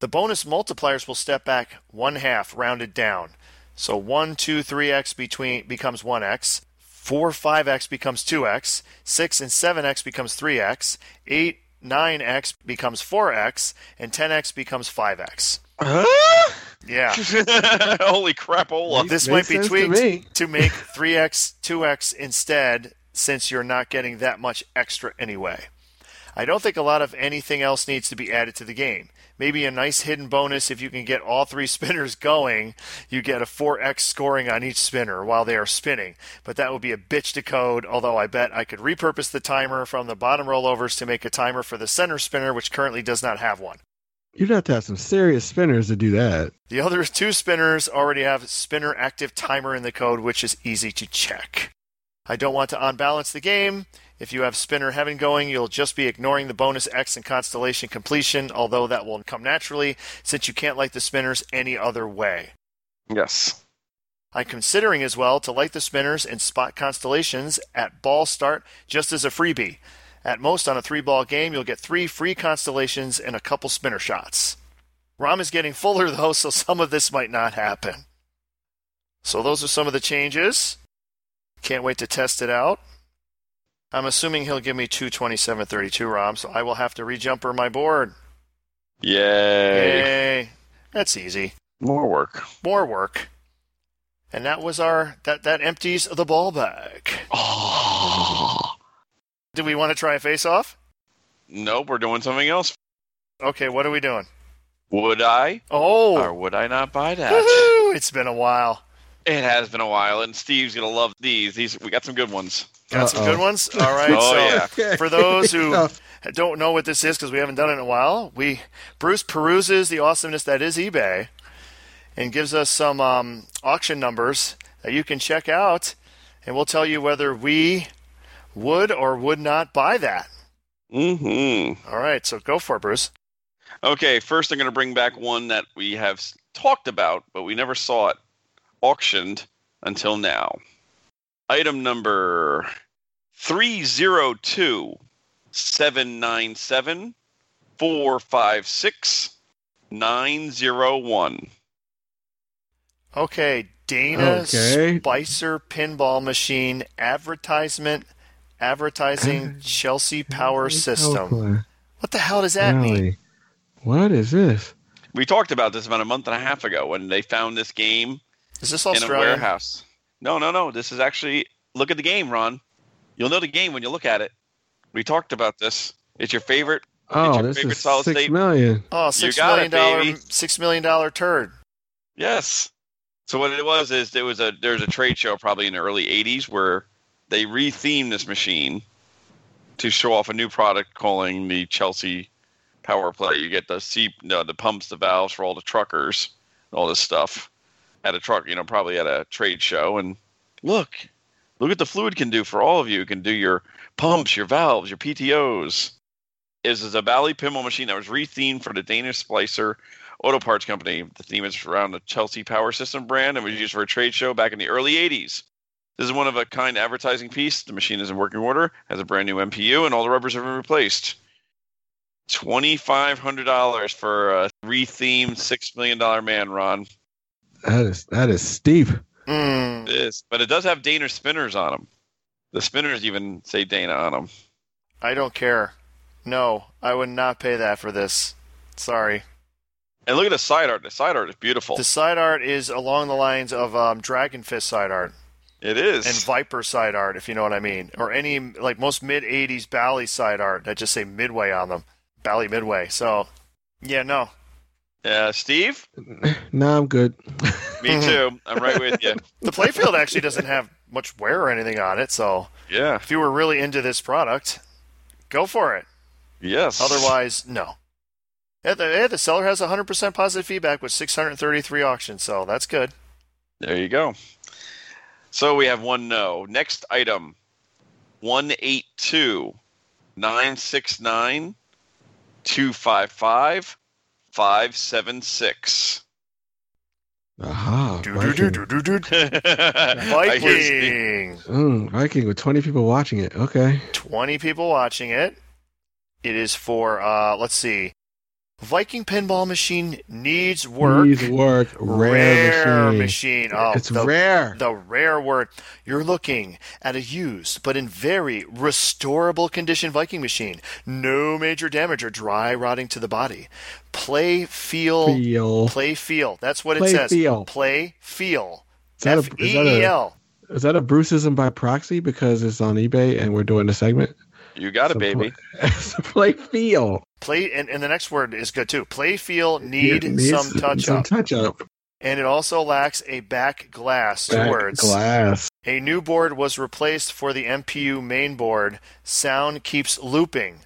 The bonus multipliers will step back one half, rounded down. So one, two, three x between becomes one x. Four, five x becomes two x. Six and seven x becomes three x. Eight, nine x becomes four x, and ten x becomes five x. Huh? Yeah. Holy crapola! This might Makes be sense to tweaked me. to, make 3x, 2x instead, since you're not getting that much extra anyway. I don't think a lot of anything else needs to be added to the game. Maybe a nice hidden bonus if you can get all three spinners going, you get a 4x scoring on each spinner while they are spinning. But that would be a bitch to code, although I bet I could repurpose the timer from the bottom rollovers to make a timer for the center spinner, which currently does not have one. You'd have to have some serious spinners to do that. The other two spinners already have spinner active timer in the code, which is easy to check. I don't want to unbalance the game. If you have spinner heaven going, you'll just be ignoring the bonus X and constellation completion, although that will come naturally since you can't light the spinners any other way. Yes. I'm considering as well to light the spinners and spot constellations at ball start just as a freebie. At most on a three ball game, you'll get three free constellations and a couple spinner shots. ROM is getting fuller though, so some of this might not happen. So those are some of the changes. Can't wait to test it out. I'm assuming he'll give me two 2732 ROM, so I will have to rejumper my board. Yay! Yay. That's easy More work. more work. And that was our that that empties the ball bag. Oh. Do we want to try a face off? Nope, we're doing something else. Okay, what are we doing? Would I or Oh, would I not buy that? woohoo, it's been a while. It has been a while, and Steve's gonna love these. These we got some good ones. Got some Uh-oh. good ones. All right, Oh, so yeah. for those who Oh, don't know what this is because we haven't done it in a while, we Bruce peruses the awesomeness that is eBay, and gives us some um, auction numbers that you can check out, and we'll tell you whether we would or would not buy that. Mm-hmm. All right, so go for it, Bruce. Okay, first I'm going to bring back one that we have s- talked about, but we never saw it auctioned until now. Item number 302 797 456 901. Okay, Dana Okay. Spicer Pinball Machine Advertisement Advertising Chelsea Power System. What the hell does that mean? Golly. What is this? We talked about this about a month and a half ago when they found this game Is this in a Australia? warehouse. No, no, no. This is actually look at the game, Ron. You'll know the game when you look at it. We talked about this. It's your favorite. It's Oh, your this favorite is solid six state- million. Oh, six got million it, dollar baby. six million dollar turd. Yes. So what it was is there was a there's a trade show probably in the early '80s where they rethemed this machine to show off a new product calling the Chelsea Power Play. You get the seep, no, the pumps, the valves for all the truckers, and all this stuff at a truck, you know, probably at a trade show. And look, look at the fluid can do for all of you. It can do your pumps, your valves, your PTOS. This is a Bally pinball machine that was rethemed for the Danish Splicer Auto Parts Company. The theme is around the Chelsea Power System brand and was used for a trade show back in the early 80s. This is one of a kind advertising piece. The machine is in working order, has a brand new MPU, and all the rubbers have been replaced. $2,500 for a rethemed $6 million man, Ron. That is that is steep. Mm. This, but it does have Dana spinners on them. The spinners even say Dana on them. I don't care. No, I would not pay that for this. Sorry. And look at the side art. The side art is beautiful. The side art is along the lines of um, Dragon Fist side art it is. and Viper side art, if you know what I mean, or any like most mid '80s Bally side art that just say Midway on them, Bally Midway. So, yeah, no, yeah, Steve, No, I'm good. me too. I'm right with you. the playfield actually doesn't have much wear or anything on it. So, Yeah. if you were really into this product, go for it. Yes. Otherwise, no. Yeah, the, yeah, the seller has 100% positive feedback with 633 auctions, so that's good. There you go. So we have one no. Next item 182 969 255 576. Aha. Viking. Do-do-do-do-do-do. I hear Steve- Viking. Mm, Viking with 20 people watching it. Okay. 20 people watching it. It is for, uh, let's see, Viking Pinball Machine Needs Work. Please work. Rare, machine. machine. Oh, it's the, rare. The rare word. You're looking at a used but in very restorable condition Viking machine. No major damage or dry rotting to the body. Play, feel, Feel. play, feel. That's what Play, it says. feel. Play, feel. Is that a- is F that a- E E L. Is that a Bruceism by proxy because it's on eBay and we're doing a segment? You got it, So baby. play- so play feel. Play, and, and the next word is good too. Play, feel, need It needs some touch Some up. touch up. and it also lacks a back glass. Two Back words. Glass. A new board was replaced for the MPU main board. Sound keeps looping.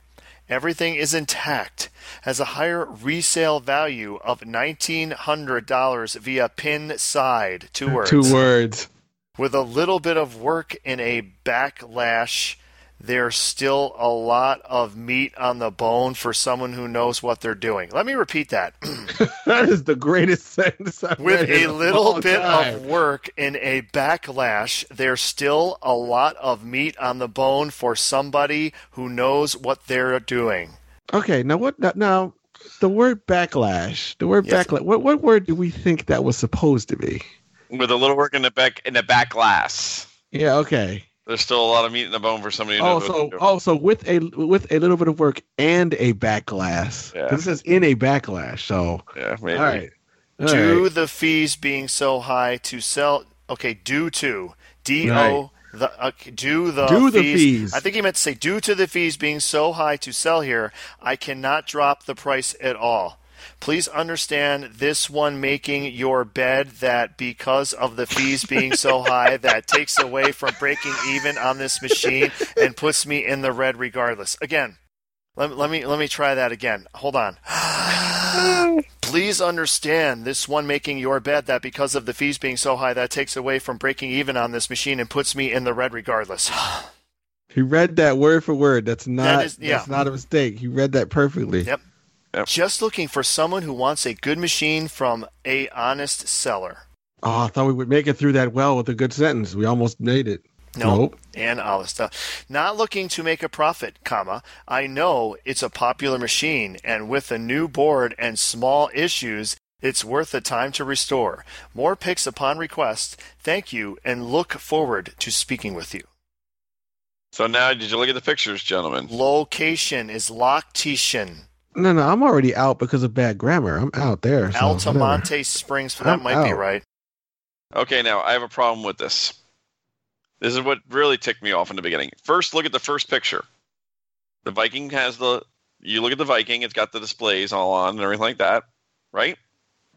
Everything is intact. Has a higher resale value of $1,900 via pin side. Two words. Two words. With a little bit of work and a backlash, there's still a lot of meat on the bone for someone who knows what they're doing. Let me repeat that. That is the greatest sentence I've With read in a little long bit time. of work and a backlash, there's still a lot of meat on the bone for somebody who knows what they're doing. Okay, now what? Now, now the word backlash. The word Yes. backlash. What what word do we think that was supposed to be? With a little work in the back in the back glass. Yeah. Okay. There's still a lot of meat in the bone for somebody who Oh, knows what so they're doing. oh, so with a with a little bit of work and a backlash. Yeah. This is in a backlash. So yeah, maybe. all right. All due right. the fees being so high to sell, okay, due to D O Right. the uh, due the Due the fees. fees. I think he meant to say due to the fees being so high to sell here, I cannot drop the price at all. Please understand this one making your bed that because of the fees being so high that takes away from breaking even on this machine and puts me in the red regardless. Again, let, let me let me try that again. Hold on. Please understand this one making your bet that because of the fees being so high, that takes away from breaking even on this machine and puts me in the red regardless. He read that word for word. That's not is- yeah. that's not a mistake. He read that perfectly. Yep. Yep. Just looking for someone who wants a good machine from a honest seller. Oh, I thought we would make it through that well with a good sentence. We almost made it. No. and all this stuff. Not looking to make a profit, comma. I know it's a popular machine, and with a new board and small issues, it's worth the time to restore. More picks upon request. Thank you, and look forward to speaking with you. So now, did you look at the pictures, gentlemen? Location is Loctitian, No, no, I'm already out because of bad grammar. I'm out there. so Altamonte Springs. That I'm might be out. right. Okay, now I have a problem with this. This is what really ticked me off in the beginning. First, look at the first picture. The Viking has the. You look at the Viking; it's got the displays all on and everything like that, right?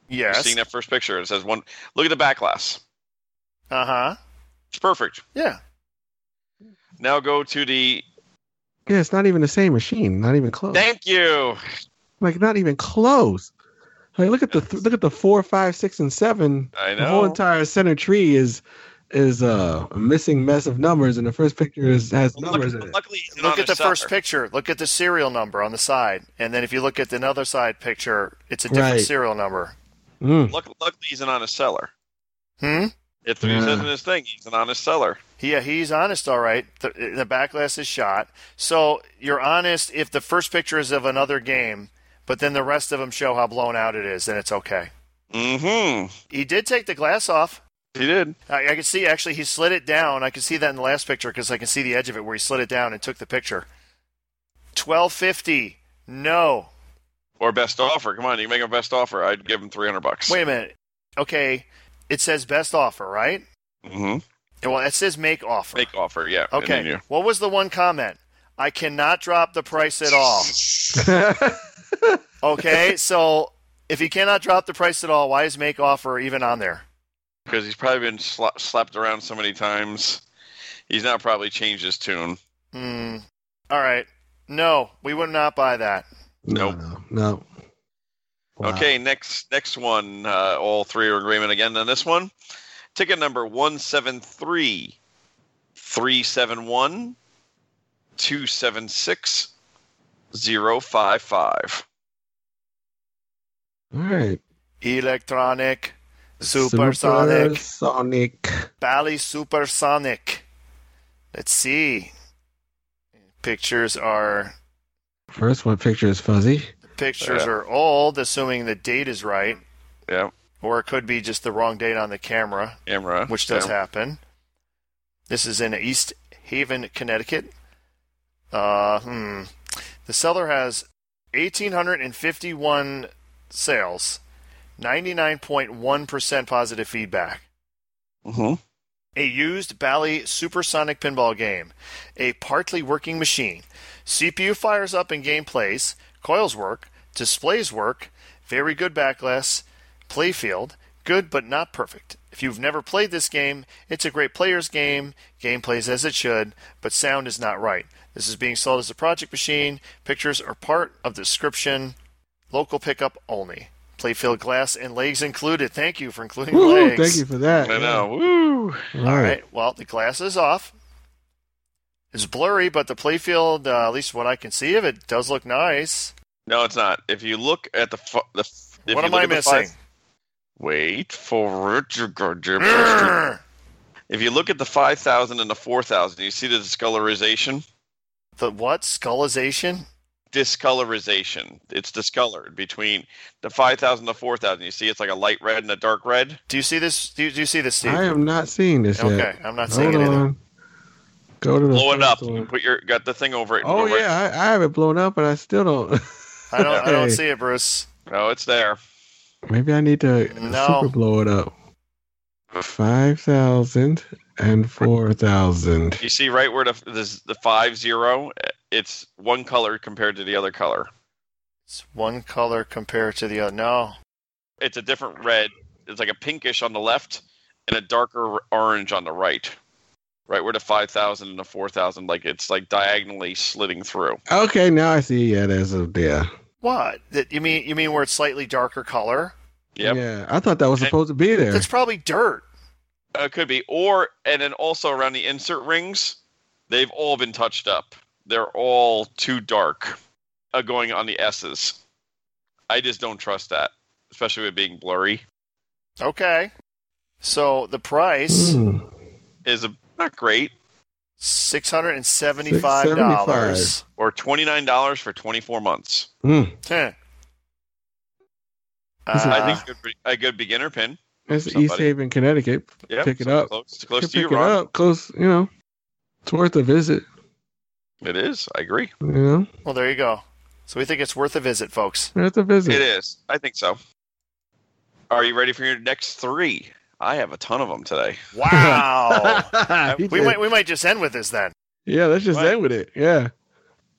You're Yes. seeing that first picture. It says one. Look at the back glass. Uh huh. It's perfect. Yeah. Now go to the. Whatever. Yeah, it's not even the same machine. Not even close. Thank you. Like not even close. Like look at the th- look at the four, five, six, and seven. I The whole know. entire center tree is is uh, a missing mess of numbers, and the first picture is, has numbers in it. Luckily, he's an Look at the honest first seller. picture. Look at the serial number on the side, and then if you look at another side picture, it's a different Right. serial number. Mm. Luck- Luckily, he's an honest seller. Hmm. It's what he says Yeah. in his thing. He's an honest seller. Yeah, he's honest, all right. The, the backlash is shot. So you're honest if the first picture is of another game, but then the rest of them show how blown out it is, then it's okay. Mm-hmm. He did take the glass off. He did. I, I can see actually he slid it down. I can see that in the last picture because I can see the edge of it where he slid it down and took the picture. Twelve fifty. No. Or best offer. Come on, you can make him best offer. I'd give him three hundred bucks. Wait a minute. Okay, it says best offer, right? Mm-hmm. Well, it says make offer. Make offer, yeah. and then okay. What was the one comment? I cannot drop the price at all. Hmm. Okay, so if he cannot drop the price at all, why is make offer even on there? Because he's probably been sla- slapped around so many times, he's now probably changed his tune. Hmm. All right. No, we would not buy that. No, Nope. no, no. Wow. Okay, next next one. Uh, all three are in agreement again on this one. Ticket number one seven three, three seven one, two seven six, zero five five. All right. Electronic, supersonic, Sonic. Bally supersonic. Let's see. Pictures are First one picture is fuzzy. pictures Yeah. are old, assuming the date is right, Yeah, or it could be just the wrong date on the camera, camera. which does yeah. happen. This is in East Haven, Connecticut. Uh, hmm. The seller has 1,851 sales, 99.1% positive feedback. hmm A used Bally supersonic pinball game, a partly working machine. CPU fires up and game plays, coils work, displays work, very good backlash, playfield, good but not perfect. If you've never played this game, it's a great player's game, game plays as it should, but sound is not right. This is being sold as a project machine, pictures are part of the description, local pickup only. Playfield glass and legs included. Thank you for including Woo, legs. thank you for that. I know. Woo. All All right. right. Well, the glass is off. It's blurry, but the playfield, uh, at least what I can see of it, does look nice. No, it's not. If you look at the fu- the f- if what you am look I at the five- missing? Wait for it to go- Grr. If you look at the 5,000 and the 4,000, you see the discolorization? the what? Skullization? Discolorization. It's discolored between the 5,000 and the 4,000. You see it's like a light red and a dark red? Do you see this? Do you, do you see this, Steve? I am not seeing this okay, yet. I'm not seeing Hold it either. on. Go to the Blow it first up. one. Put your got the thing over it. and Oh go right- yeah, I, I have it blown up, but I still don't. I don't. I don't Okay. see it, Bruce. No, it's there. Maybe I need to No. super blow it up. Five thousand and four thousand. You see right where the this, the 5 0, it's one color compared to the other color. It's one color compared to the other. No. It's a different red. It's like a pinkish on the left and a darker orange on the right. Right where the 5,000 and the 4,000 like it's like diagonally slitting through. Okay, now I see. Yeah, there's a yeah. What? That you mean? You mean where it's slightly darker color? Yep. Yeah, I thought that was And- supposed to be there. That's probably dirt. Uh, could be, or and then also around the insert rings, they've all been touched up. They're all too dark, uh, going on the S's. I just don't trust that, especially with being blurry. Okay. So the price Mm. Is a, not great. six hundred and seventy-five dollars. Or twenty nine dollars for twenty four months. Mm. I Ah. Uh, think it's a good, a good beginner pin. That's East Somebody. Haven, Connecticut. Yeah, Pick it up. Close, it's close Could to you, pick it Ron. up close. You know, it's worth a visit. It is. I agree. You know, well, there you go. So we think it's worth a visit, folks. worth a visit. It is. I think so. Are you ready for your next three? I have a ton of them today. Wow. He we did. might we might just end with this then. Yeah, let's just Right. end with it. Yeah.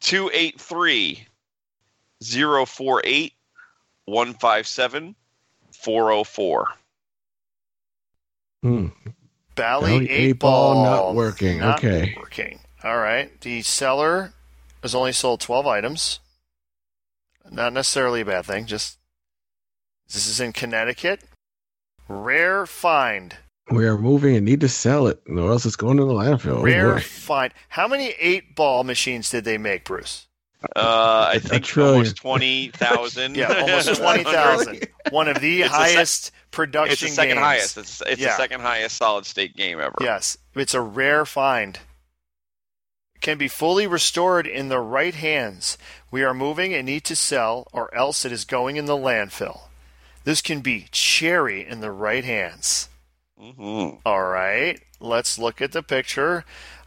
283 048 157 404. Hmm. Bally, Belly eight, ball, Oh, not working. Not okay. working. All right. The seller has only sold 12 items. Not necessarily a bad thing. Just this is in Connecticut. Rare find. We are moving and need to sell it, or else it's going to the landfill. Oh, Rare boy. find. How many eight ball machines did they make, Bruce? Uh, I A think trillion. almost 20,000. Yeah, almost 20,000. One of the It's the sec- highest production It's the second games. highest. It's, it's Yeah. the second highest solid state game ever. Yes, it's a rare find. Can be fully restored in the right hands. We are moving and need to sell, or else it is going in the landfill. This can be cherry in the right hands. hmm All right, let's look at the picture.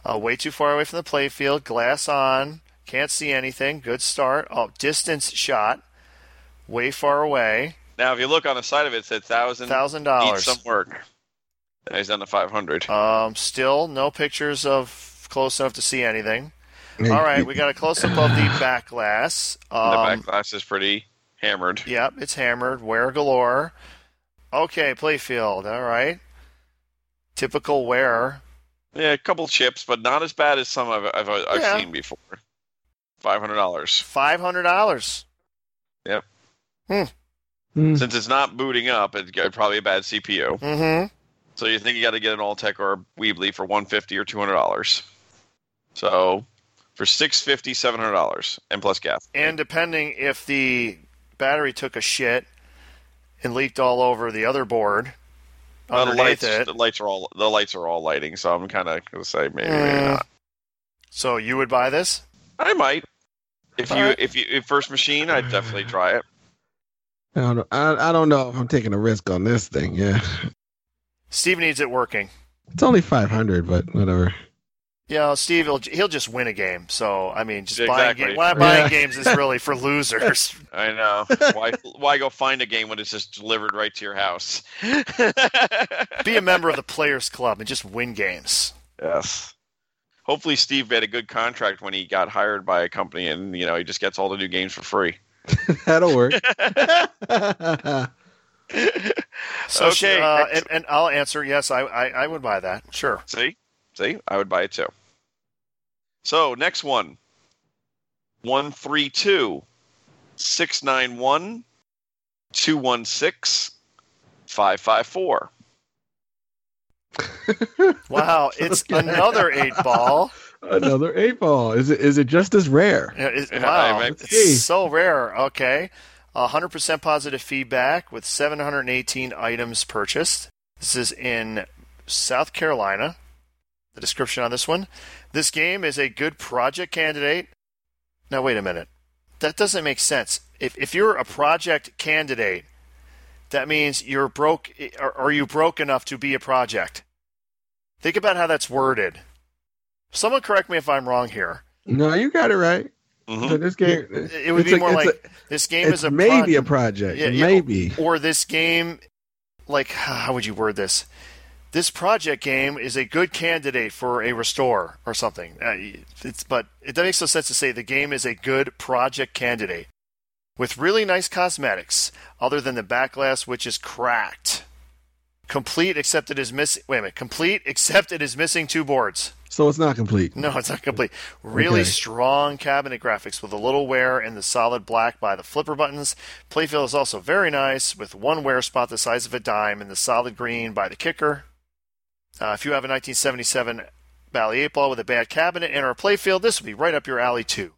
Uh, way too far away from the playfield. Glass on. Can't see anything. Good start. Oh, distance shot. Way far away. Now, if you look on the side of it, it said 1,000. Thousand Need dollars. some work. Now He's on the 500. Um, still no pictures of close enough to see anything. Hey, All right, we got a close up of the back glass. Um, the back glass is pretty hammered. Yep, it's hammered. Wear galore. Okay, playfield. All right. Typical wear. Yeah, a couple chips, but not as bad as some I've, I've, I've Yeah. seen before. $500. Five hundred dollars. Hmm. Since it's not booting up, it's got probably a bad CPU. Mm-hmm. So you think you got to get an Alltech or a Weebly for 150 or $200. So for 650 $700 and plus gas. And depending if the battery took a shit and leaked all over the other board Uh, the underneath lights, it, the lights are all the lights are all lighting, so I'm kind of gonna say maybe, maybe Mm. not. so you would buy this. I might. If you Alright. if you if first machine, I'd definitely try it. I, don't know, I, I don't know if I'm taking a risk on this thing. Yeah. Steve needs it working. It's only 500, but whatever. Yeah, Steve, he'll, he'll just win a game. So I mean, just buying Exactly. ga- why buying Yeah. games is really for losers. I know why why go find a game when it's just delivered right to your house. Be a member of the Players Club and just win games. Yes. Hopefully, Steve had a good contract when he got hired by a company, and you know he just gets all the new games for free. That'll work. So Okay, uh, and, excellent. and I'll answer yes. I, I I would buy that. Sure. See, see, I would buy it too. So next one, one three two, six nine one, two one six, five five four. Wow, it's another eight ball. Another eight ball. Is it? Is it just as rare? Yeah, it's- Yeah, wow, I- I- Hey. it's so rare. Okay, hundred percent positive feedback with seven hundred and eighteen items purchased. This is in South Carolina. The description on this one: This game is a good project candidate. Now wait a minute, that doesn't make sense. If if you're a project candidate, that means you're broke. Are, are you broke enough to be a project? Think about how that's worded. Someone correct me if I'm wrong here. No, you got it right. So Mhm. this game. It would it's be a- more it's like a- this game it's is a maybe proj- a project. Yeah, yeah. maybe. or this game like how would you word this? This project game is a good candidate for a restore or something. Uh, It's but it that makes no sense to say the game is a good project candidate with really nice cosmetics other than the back glass which is cracked. Complete except it is missing. Wait a minute. Complete except it is missing two boards. So it's not complete. No, it's not complete. Really Okay. strong cabinet graphics with a little wear and the solid black by the flipper buttons. Playfield is also very nice with one wear spot the size of a dime and the solid green by the kicker. Uh, if you have a 1977 Bally 8 ball with a bad cabinet and or playfield, this would be right up your alley too.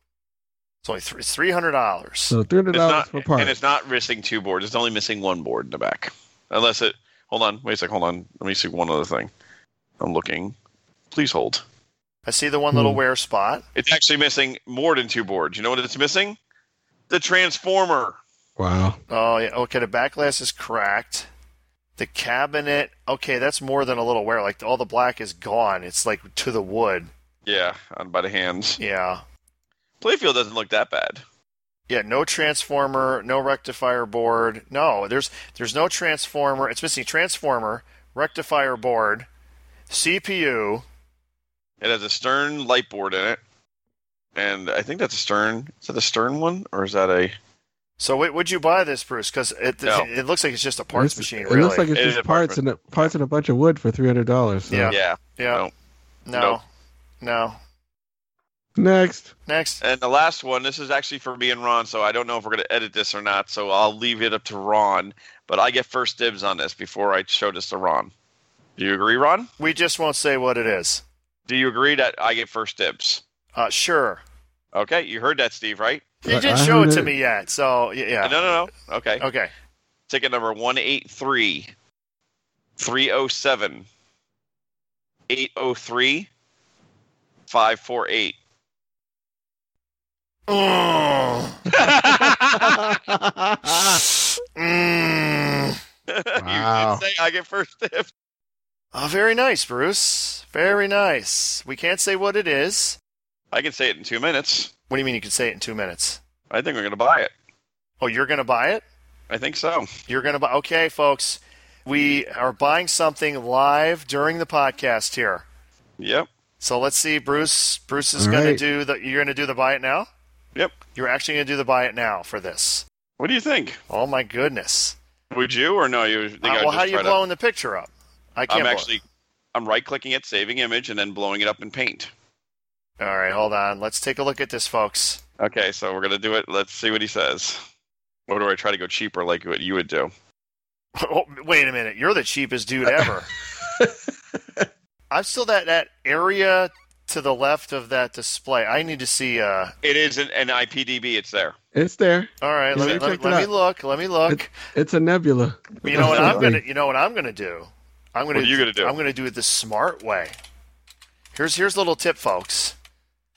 It's only th- it's three hundred dollars. So three hundred It's not, dollars per part. and it's not missing two boards. It's only missing one board in the back. Unless it. Hold on. Wait a sec. Hold on. Let me see one other thing. I'm looking. Please hold. I see the one little Hmm. wear spot. It's actually missing more than two boards. You know what it's missing? The transformer. wow. Oh yeah. Okay, the back glass is cracked. The cabinet. Okay, that's more than a little wear. Like all the black is gone. It's like to the wood. Yeah, on by the hands. Yeah. Playfield doesn't look that bad. Yeah, no transformer, no rectifier board. No, there's there's no transformer. It's missing transformer, rectifier board, CPU. It has a stern light board in it. And I think that's a stern. Is that a stern one? Or is that a. So wait, would you buy this, Bruce? Because it No. it looks like it's just a parts It's- machine. It Really? looks like it's It is just a parts parts and a, parts and a bunch of wood for three hundred dollars. So. Yeah. Yeah. yeah. No. Nope. No. Next. Next. And the last one, this is actually for me and Ron, so I don't know if we're going to edit this or not, so I'll leave it up to Ron. But I get first dibs on this before I show this to Ron. Do you agree, Ron? We just won't say what it is. Do you agree that I get first dibs? Uh, sure. Okay, you heard that, Steve, right? You I- didn't I show it heard to it. me yet, so y- yeah. No, no, no. Okay. Okay. Ticket number 183 307 803 548. Mm. Mm. Wow. You did say I get first dibs. Oh, very nice, Bruce. Very nice. We can't say what it is. I can say it in two minutes. What do you mean you can say it in two minutes? I think we're going to buy it. Oh, you're going to buy it? I think so. You're going to buy. Okay, folks. We are buying something live during the podcast here. Yep. So let's see, Bruce. Bruce is All going right. to do the. You're going to do the buy it now. Yep. You're actually going to do the buy it now for this. What do you think? Oh my goodness. Would you or no? You think Uh, I'd well, how just are you try to- blowing the picture up? I can't. I'm blow it. actually, I'm right clicking it, saving image, and then blowing it up in Paint. All right, hold on. Let's take a look at this, folks. Okay, so we're gonna do it. Let's see what he says. Or do I try to go cheaper like what you would do? Oh, wait a minute. You're the cheapest dude ever. I'm still that that area to the left of that display. I need to see. Uh, It is an, an IPDB. It's there. It's there. all right, Yeah, let, you me, let, checked it let me out. look. Let me look. It's a nebula. you know what I'm Something. gonna. You know what I'm gonna do. I'm gonna. What are you gonna do? I'm gonna do it the smart way. Here's here's a little tip, folks.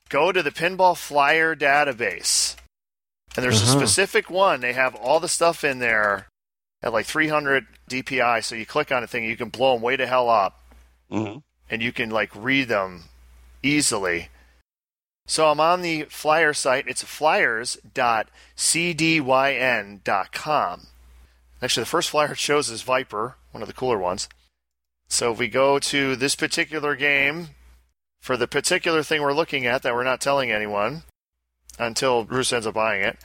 Go to the Pinball Flyer database, and there's Uh-huh. a specific one. They have all the stuff in there at like 300 DPI. So you click on a thing, you can blow them way to hell up. Mm-hmm. and you can like read them easily. So I'm on the flyer site. It's flyers.cdyn.com. Actually, the first flyer it shows is Viper, one of the cooler ones. So if we go to this particular game for the particular thing we're looking at that we're not telling anyone until Bruce ends up buying it.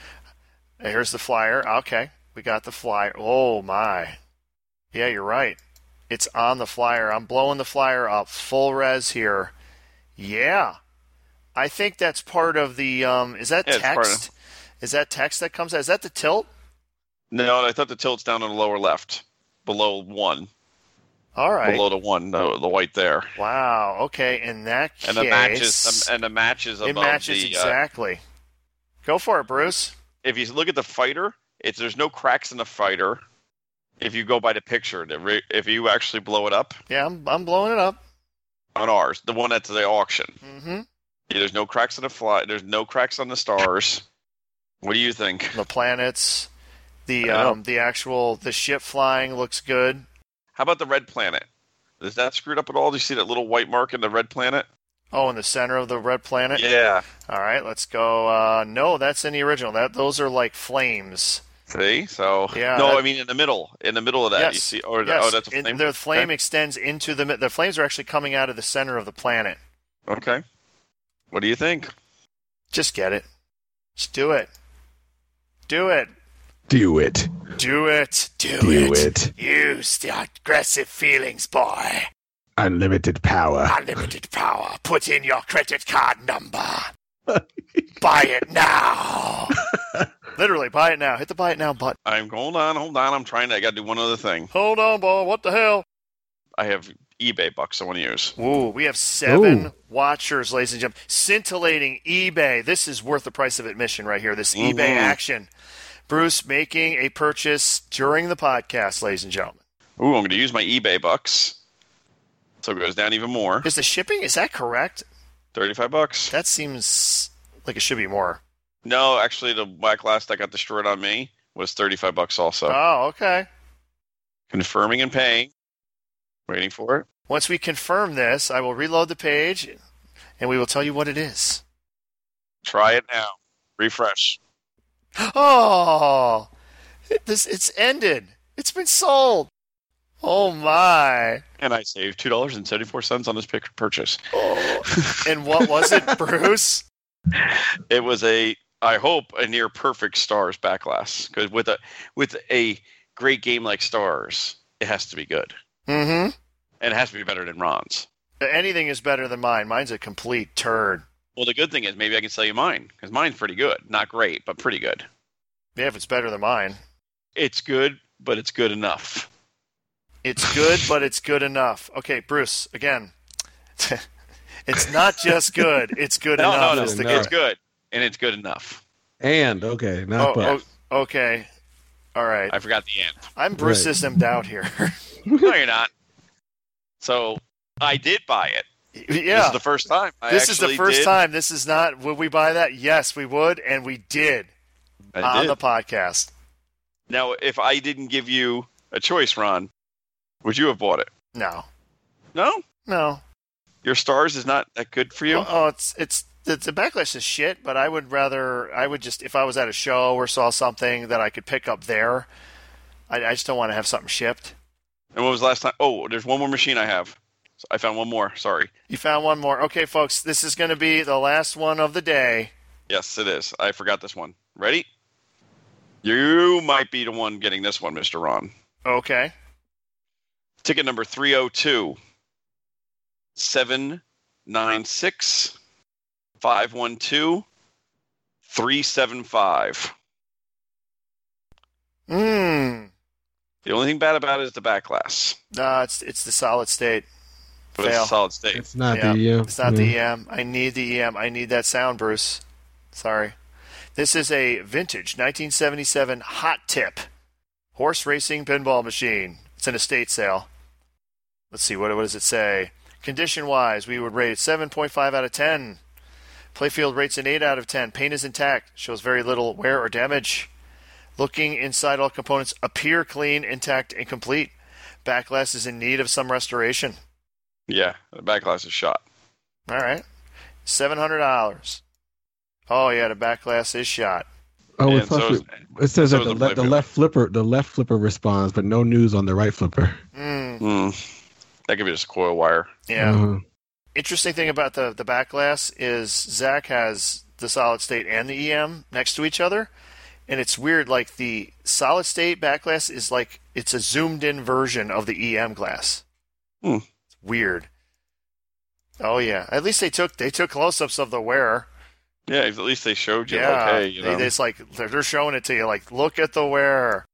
And here's the flyer. Okay, we got the flyer. Oh my. Yeah, you're right. It's on the flyer. I'm blowing the flyer up full res here. Yeah. I think that's part of the um is that Yeah, it's part of- text? Is that text that comes out? Is that the tilt? No, I thought the tilt's down on the lower left, below one, All right. below the one, the, the white there, Wow. Okay. In that case, and the matches, um, and the matches above it matches the. uh, exactly. Go for it, Bruce. if you look at the fighter, it's there's no cracks in the fighter. If you go by the picture, the re- if you actually blow it up Yeah, I'm, I'm blowing it up. on ours, the one at the auction, hmm yeah, there's no cracks in the fly. There's no cracks on the stars. What do you think? The planets, the I know. um, the actual the ship flying looks good. How about the red planet? Is that screwed up at all? Do you see that little white mark in the red planet? Oh, in the center of the red planet. Yeah. All right, let's go. Uh, no, that's in the original. That those are like flames. See, so Yeah, no, that- I mean in the middle, in the middle of that, you Yes, see, or yes, oh, that's a and flame. the flame Okay. extends into the mi- the flames are actually coming out of the center of the planet. okay. What do you think? Just get it. Just do it. Do it. Do it. Do it. Do, Do it. it. Use the aggressive feelings, boy. Unlimited power. Unlimited power. Put in your credit card number. buy it now. Literally, buy it now. Hit the buy it now button. I'm hold on, hold on. I'm trying to. I got to do one other thing. Hold on, boy. What the hell? I have eBay bucks I want to use. Ooh, we have seven Ooh. watchers, ladies and gentlemen. Scintillating eBay. This is worth the price of admission right here. This eBay Mhm. action. Bruce making a purchase during the podcast, ladies and gentlemen. Ooh, I'm going to use my eBay bucks. So it goes down even more. Is the shipping is that correct? 35 bucks. That seems like it should be more. No, actually, the whack last that got destroyed on me was 35 bucks also. Oh, okay. Confirming and paying. Waiting for it. Once we confirm this, I will reload the page and we will tell you what it is. Try it now. Refresh. Oh, this it's ended. It's been sold. Oh my. And I saved $2.74 on this pic- purchase. Oh. and what was it, Bruce? It was a, I hope, a near perfect Stars backlash. Because with a, with a great game like Stars, it has to be good. Mm-hmm. And it has to be better than Ron's. Anything is better than mine. Mine's a complete turd. Well, the good thing is maybe I can sell you mine. Because mine's pretty good. Not great, but pretty good. Yeah, if it's better than mine. It's good, but it's good enough. It's good, but it's good enough. Okay, Bruce, again. it's not just good, it's good No, enough. no, no. is It's the no. good- good. And it's good enough. And okay, not Oh, but. oh, okay. All right. I forgot the end. I'm Bruce Ismed out here. No, you're not. So I did buy it. This yeah. is the first time. I This is the actually first did- time. This is not. Would we buy that? Yes, we would, and we did I on did. the podcast. Now, if I didn't give you a choice, Ron, would you have bought it? No, No, no. your stars is not that good for you. Well, oh, it's it's the, the backlash is shit. But I would rather. I would just if I was at a show or saw something that I could pick up there. I, I just don't want to have something shipped. and what was the last time? Oh, there's one more machine I have. So I found one more. Sorry. You found one more. Okay, folks, this is going to be the last one of the day. Yes, it is. I forgot this one. Ready? You might be the one getting this one, Mister Ron. Okay. Ticket number 302 796 512 375. Hmm. The only thing bad about it is the back glass. No, it's it's the solid state. But it's Fail. a solid state. It's not Yeah, the uh, It's not yeah. the EM. I need the EM. I need that sound, Bruce. Sorry. This is a vintage 1977 Hot Tip horse racing pinball machine. It's an estate sale. Let's see, what, what does it say? Condition wise, we would rate it 7.5 out of 10. Playfield rates an 8 out of 10. Paint is intact, shows very little wear or damage. Looking inside, all components appear clean, intact, and complete. Backlash is in need of some restoration. Yeah, the back glass is shot. All right. Seven hundred dollars. Oh yeah, the back glass is shot. Oh, And it's plus so it, is- it says so that is the, the le- the playfield. left flipper the left flipper responds, but no news on the right flipper. Mm, Hmm. that could be just coil wire. yeah. Uh, Interesting thing about the the back glass is Zach has the solid state and the EM next to each other, and it's weird. Like the solid state back glass is like it's a zoomed in version of the EM glass. Hmm. It's weird. Oh yeah. At least they took they took close ups of the wearer. Yeah, at least they showed you. Yeah. like, hey, you they, know. they- it's like they're they're showing it to you. Like look at the wearer.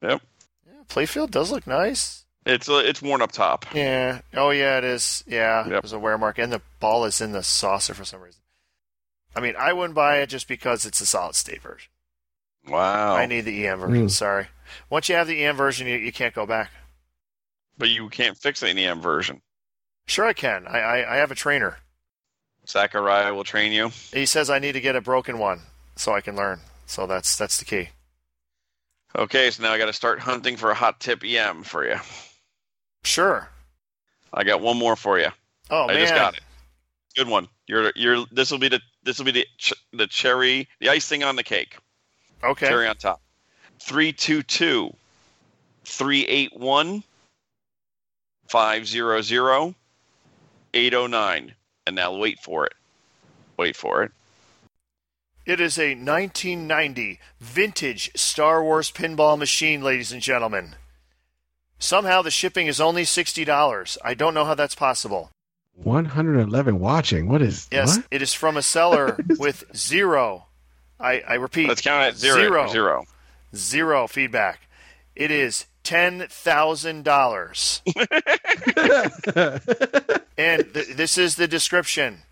Yep. Yeah, Playfield does look nice. It's uh, it's worn up top. Yeah. Oh, yeah, it is. Yeah, Yep. there's a wear mark, and the ball is in the saucer for some reason. I mean, I wouldn't buy it just because it's a solid state version. Wow. I need the EM version. Mm. Sorry. Once you have the EM version, you, you can't go back. but you can't fix it in the M version. Sure, I can. I, I I have a trainer. Sakurai will train you. He says I need to get a broken one so I can learn. So that's that's the key. Okay, so now I got to start hunting for a hot tip EM for you. Sure. I got one more for you. Oh I man. just got it. Good one. You're you're this will be the this will be the ch- the cherry the icing on the cake. Okay. Cherry on top. 322 381 500 809 and now wait for it. Wait for it. It is a 1990 vintage Star Wars pinball machine, ladies and gentlemen. Somehow the shipping is only $60. I don't know how that's possible. 111 watching. What is Yes, what? it is from a seller with zero. I, I repeat, Let's count it at Zero. zero. zero feedback. It is ten thousand dollars. And th- this is the description.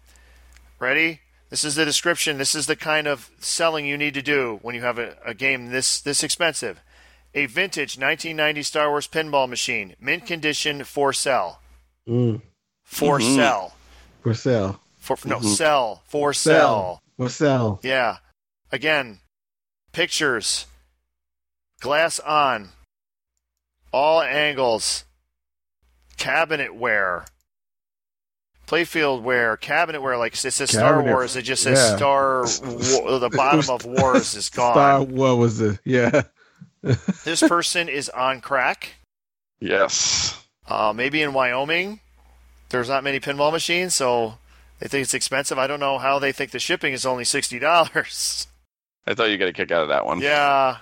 Ready? This is the description. This is the kind of selling you need to do when you have a, a game this this expensive. A vintage 1990 Star Wars pinball machine, mint condition, for sale. Mm, For Mhm. sale. for sale. For no Mhm. sell. For sale. Sell. For sale. Yeah. Again, pictures. Glass on. All angles. Cabinetware. Playfield wear, cabinetware, like it says Star Cabinet- Wars, it just says yeah. Star. Wa- the bottom of Wars is gone. Star, what was the yeah? This person is on crack. Yes. Uh, maybe in Wyoming, there's not many pinball machines, so they think it's expensive. I don't know how they think the shipping is only sixty dollars. I thought you got a kick out of that one. Yeah,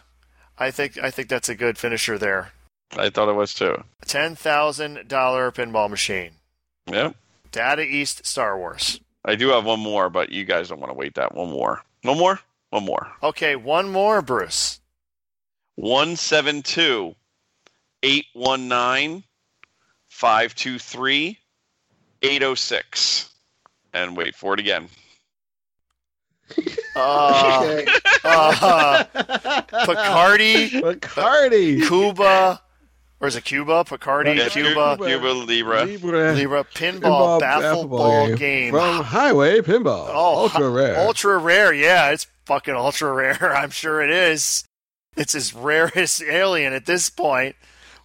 I think I think that's a good finisher there. I thought it was too. Ten thousand dollar pinball machine. Yep. Data East Star Wars. I do have one more, but you guys don't want to wait that one more. One more? One more. Okay, one more, Bruce. 172 819 523 806. And wait for it again. Uh, uh, Picardi, Bacardi. Cuba, or is it Cuba? Picardi, Yeah, Yes, Cuba, Cuba. Cuba Libra. Libra. Libra, pinball, baffle ball game. From Highway Pinball. Oh, ultra hi- rare. Ultra rare, yeah, it's fucking ultra rare. I'm sure it is. It's his rarest alien at this point.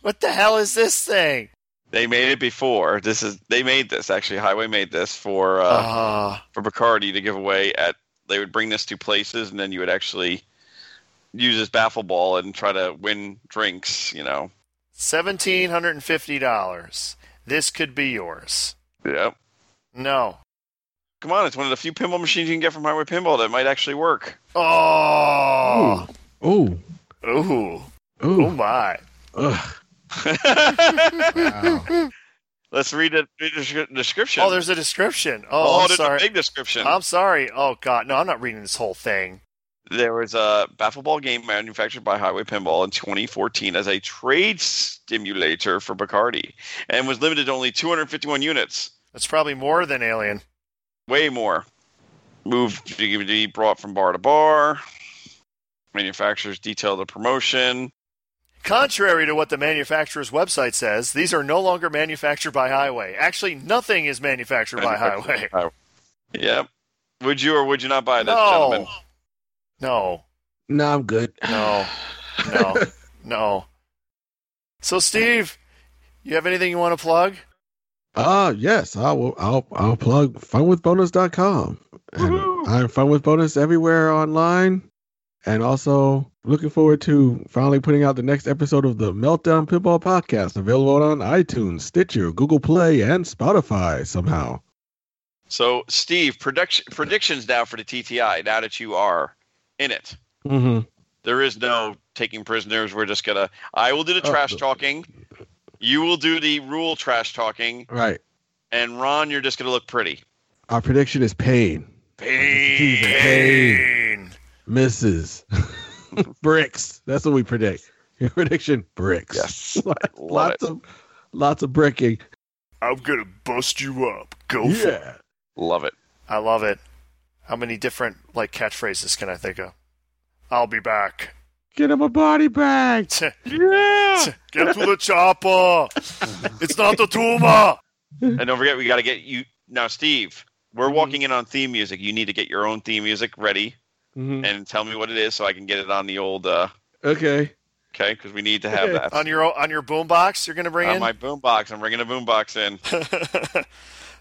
What the hell is this thing? They made it before. This is they made this actually. Highway made this for uh, Uh, for Bacardi to give away at. They would bring this to places, and then you would actually use this baffle ball and try to win drinks. You know. seventeen hundred and fifty dollars. This could be yours. Yeah. No. Come on, it's one of the few pinball machines you can get from Highway Pinball that might actually work. Oh. Ooh. Ooh. Ooh. Oh Ooh. my. Ugh. Wow. Let's read the, read the descri- description. Oh, there's a description. Oh, Oh, I'm there's a sorry. big description. I'm sorry. Oh god, no, I'm not reading this whole thing. there was a baffle ball game manufactured by Highway Pinball in 2014 as a trade stimulator for Bacardi, and was limited to only 251 units. That's probably more than alien. Way more. Moved to be brought from bar to bar. Manufacturers detail the promotion. Contrary to what the manufacturer's website says, these are no longer manufactured by Highway. Actually, nothing is manufactured by Highway. Manufactured by Highway. Yep. Would you or would you not buy this, No. gentlemen? No. no, I'm good. No. No. No. So, Steve, you have anything you want to plug? Uh yes, I will I'll I'll plug funwithbonus.com. Woohoo. And I'm fun with bonus everywhere online. And also looking forward to finally putting out the next episode of the Meltdown Pinball Podcast, available on iTunes, Stitcher, Google Play, and Spotify somehow. So, Steve, production, predictions now for the TTI, now that you are in it. Mm-hmm. There is no taking prisoners. We're just gonna. I will do the Oh. trash talking. You will do the rule trash talking, Right. and Ron, you're just gonna look pretty. Our prediction is pain. Pain. Misses. bricks. That's what we predict. Your prediction bricks. Yes, love lots it. of lots of bricking. I'm going to bust you up. Go for it. Yeah. Love it. I love it. How many different like catchphrases can I think of? I'll be back. Get him a body bag. Yeah. Get to the chopper. It's not the tumor. And don't forget, we got to get you now, Steve. We're walking in on theme music. You need to get your own theme music ready Mhm. and tell me what it is so I can get it on the old. Uh, Okay. okay, because we need to have that On your on your boombox, you're going to bring on in Uh, my boombox. I'm bringing a boombox in,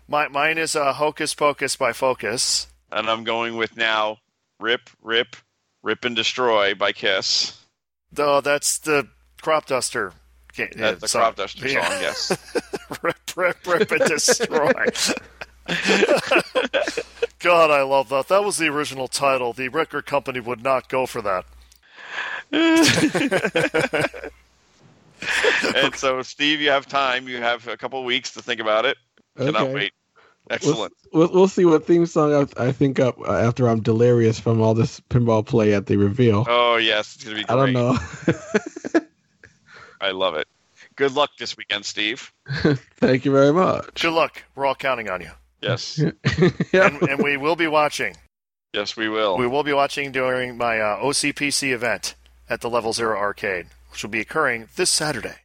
My, mine is uh, Hocus Pocus by Focus. and I'm going with now. Rip, rip, rip and destroy by Kiss. Though that's the crop duster. ga- yeah, That's the sorry. crop duster song. Yeah. Yes. rip, rip, rip, and destroy. God, I love that. That was the original title. The record company would not go for that. and so, Steve, you have time. You have a couple weeks to think about it. Cannot Okay. wait. Excellent. We'll, we'll, we'll see what theme song I, I think up uh, after I'm delirious from all this pinball play at the reveal. Oh yes, it's gonna be. Great. I don't know. I love it. Good luck this weekend, Steve. Thank you very much. Good luck. We're all counting on you. Yes, Yep. And, and we will be watching. yes, we will. We will be watching during my uh, OCPC event at the Level Zero Arcade, which will be occurring this Saturday.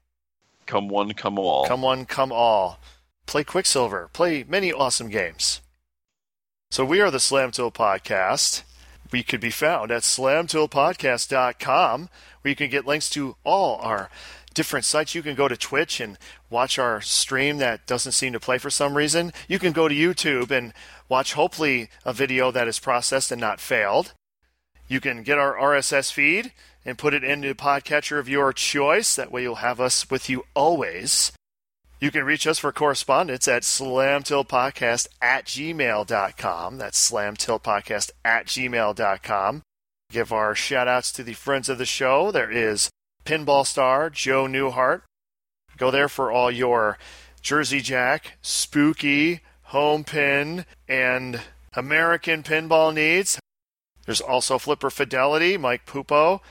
Come one, come all. Come one, come all. Play Quicksilver. Play many awesome games. So we are the Slam Tool Podcast. We could be found at slamtoolpodcast.com, where you can get links to all our different sites. You can go to Twitch and watch our stream that doesn't seem to play for some reason. You can go to YouTube and watch, hopefully, a video that is processed and not failed. You can get our RSS feed and put it into the podcatcher of your choice. That way, you'll have us with you always. You can reach us for correspondence at slamtillpodcast at gmail.com. That's slamtillpodcast at gmail.com. Give our shout outs to the friends of the show. There is Pinball Star, Joe Newhart. Go there for all your Jersey Jack, Spooky, Home Pin, and American pinball needs. There's also Flipper Fidelity, Mike Pupo.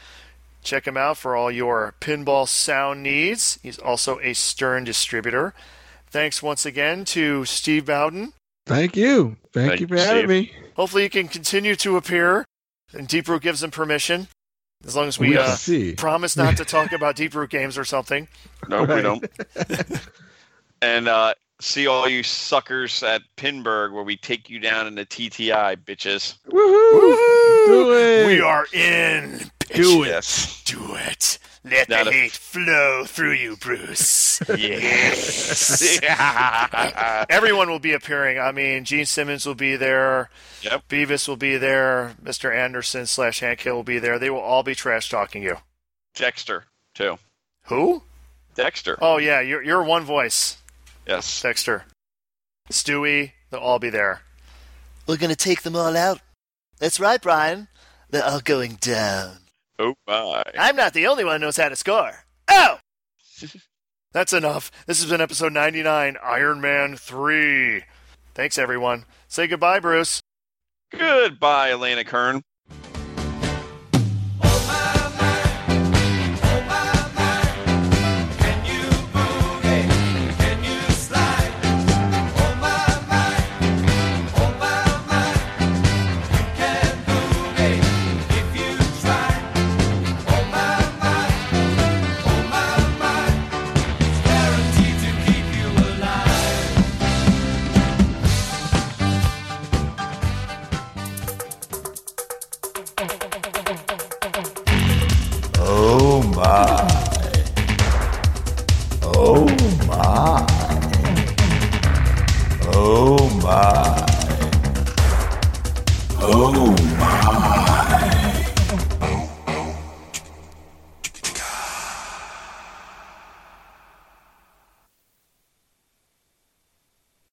Check him out for all your pinball sound needs. He's also a Stern distributor. Thanks once again to Steve Bowden. Thank you. Thank, Thank you for you, having Steve. me. Hopefully, you can continue to appear, and Deep Root gives him permission, as long as we, We'll uh, see. promise not to talk about Deep Root games or something. No, we Right. don't. and uh, see all you suckers at Pinburg where we take you down in the TTI, bitches. Woohoo! Do it. We are in. Do it. Yes. Do it. Let Not the a- hate flow through you, Bruce. Yes. Everyone will be appearing. I mean, Gene Simmons will be there. Yep. Beavis will be there. Mr. Anderson slash Hank Hill will be there. They will all be trash talking you. Dexter, too. Who? Dexter. Oh yeah, you're you're one voice, Yes. Dexter. Stewie, they'll all be there. We're going to take them all out. That's right, Brian. They're all going down. Oh, my. I'm not the only one who knows how to score. Oh! That's enough. This has been episode 99, Iron Man 3. Thanks, everyone. Say goodbye, Bruce. Goodbye, Elena Kern. Oh my. Oh my. Oh my.